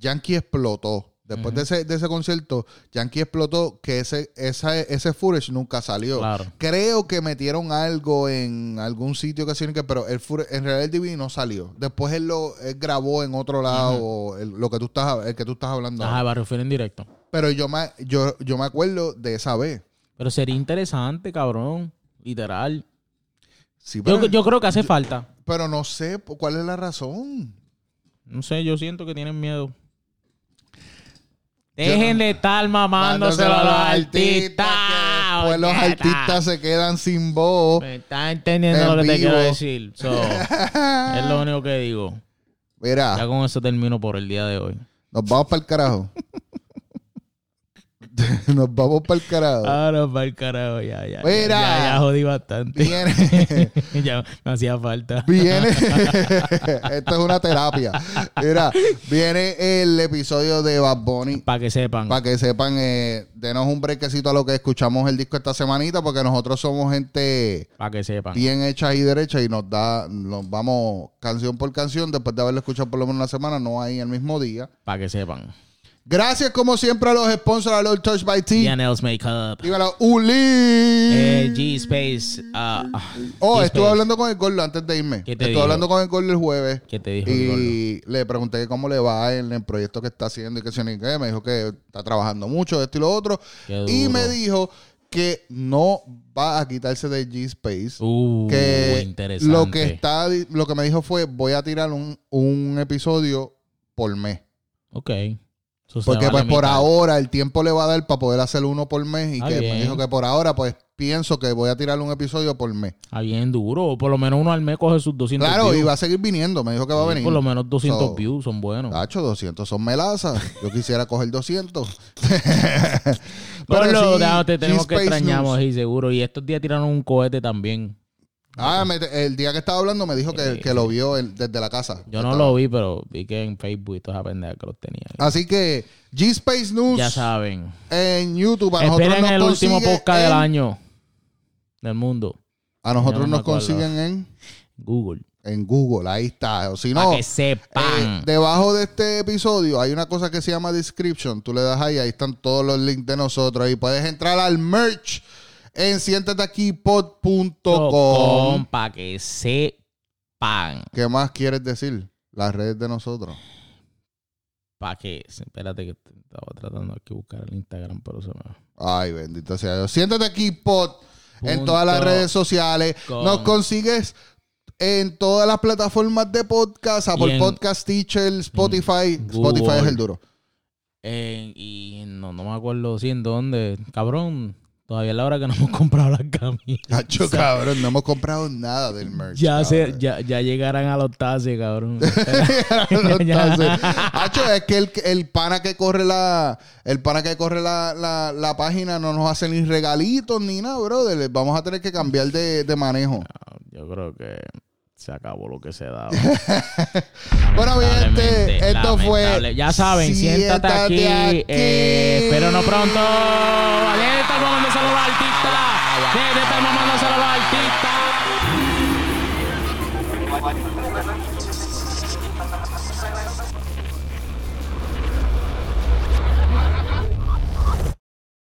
Yankee explotó. Después de, ese, de ese concierto, Yankee explotó que ese, esa, ese footage nunca salió. Claro. Creo que metieron algo en algún sitio que sí, que- pero el fur- en realidad el DVD no salió. Después él lo él grabó en otro lado, o el- lo que tú estás, el que tú estás hablando. Ajá, Barrio Fino en directo. Pero yo me, yo, yo me acuerdo de esa vez. Pero sería interesante, cabrón. Literal. Sí, pero, Yo, yo creo que hace falta. pero no sé po- cuál es la razón. No sé, yo siento que tienen miedo. Dejen de estar mamándoselo a los artistas. que Pues los puñeta. artistas se quedan sin voz. Me estás entendiendo En lo que te vivo. quiero decir. So, es lo único que digo. Ya Mira, con eso termino por el día de hoy. nos vamos para el carajo. nos vamos para el carajo. Ahora para el Ah, carajo, ya, ya. ya, Ah. Mira. Ya, ya jodí bastante. Viene. ya me hacía falta. Viene, esto es una terapia. Mira, viene el episodio de Bad Bunny. Para que sepan. Para que sepan, eh, denos un brequecito a lo que escuchamos el disco esta semanita, porque nosotros somos gente Para que sepan. bien hecha y derecha y nos da, nos vamos canción por canción. Después de haberlo escuchado por lo menos una semana, no hay el mismo día. Para que sepan. Gracias, como siempre, a los sponsors, a los Touch by T. Ian Nails Makeup. Dímelo, Uli. Eh, G-Space. ah, ah, oh, G-Space. estuve hablando con el gordo antes de irme. ¿Qué te Estuve dijo? hablando con el gordo el jueves. ¿Qué te dijo el gordo? Y le pregunté que cómo le va en el proyecto que está haciendo y que se ni qué. Me dijo que está trabajando mucho, esto y lo otro. Qué Y duro. me dijo que no va a quitarse de G-Space. Uh, que interesante. lo que está di- lo que me dijo fue voy a tirar un, un episodio por mes. Ok. Eso se Porque va a pues por limitar. ahora el tiempo le va a dar para poder hacer uno por mes. Y Ah, que me bien. dijo que por ahora pues pienso que voy a tirar un episodio por mes. Ah, bien duro. Por lo menos uno al mes coge sus 200 Claro, views. y va a seguir viniendo. Me dijo que va a Sí, venir. Por lo menos 200 So, ah, views son buenos. Tacho, 200 son melazas. Yo quisiera coger 200. Por Pero lo sí, tanto, te tenemos que G-Space extrañamos News. ahí seguro. Y estos días tiraron un cohete también. Ah, me- el día que estaba hablando me dijo que, Sí. que lo vio él desde la casa. Eh, Yo no lo vi, pero vi que en Facebook y toda esa pendeja que los tenía. Así que G-Space News Ya saben. en YouTube. A nosotros Esperen nos el último consigue podcast del en- año del mundo. A Ya nosotros no me nos acuerdo. consiguen en Google. en Google, ahí está. O si Para no, Ah, que sepan. eh, debajo de este episodio hay una cosa que se llama description. Tú le das ahí, ahí están todos los links de nosotros. Y puedes entrar al merch en siéntateaquipod.com. Para que sepan. ¿Qué más quieres decir? Las redes de nosotros. Para que. Espérate que estaba tratando aquí de buscar el Instagram, pero se me. Ay, bendito sea Dios. Siéntate aquí, pod, en Punto todas las redes sociales. com. Nos consigues en todas las plataformas de podcast, Apple en- Mm, Podcast, Teacher, Spotify. Google. Spotify es el duro. Eh, y no, no me acuerdo si en dónde. Cabrón, todavía es la hora que no hemos comprado las camisas. Cacho, cabrón, no hemos comprado nada del merch. Ya, se, cabrón. ya, ya llegarán a los taxis, cabrón. Claro, Ya. entonces, Hacho, es que el, el pana que corre la el pana que corre la, la- la página no nos hace ni regalitos ni nada, brother. Vamos a tener que cambiar de, de manejo. Yo creo que se acabó lo que se daba. Bueno, mi gente, Lamentablemente, este, esto fue. lamentable. Ya saben, siéntate, aquí. eh, pero no pronto. Ayer está mandando saludos al artista. Ayer está mandando saludos al artista.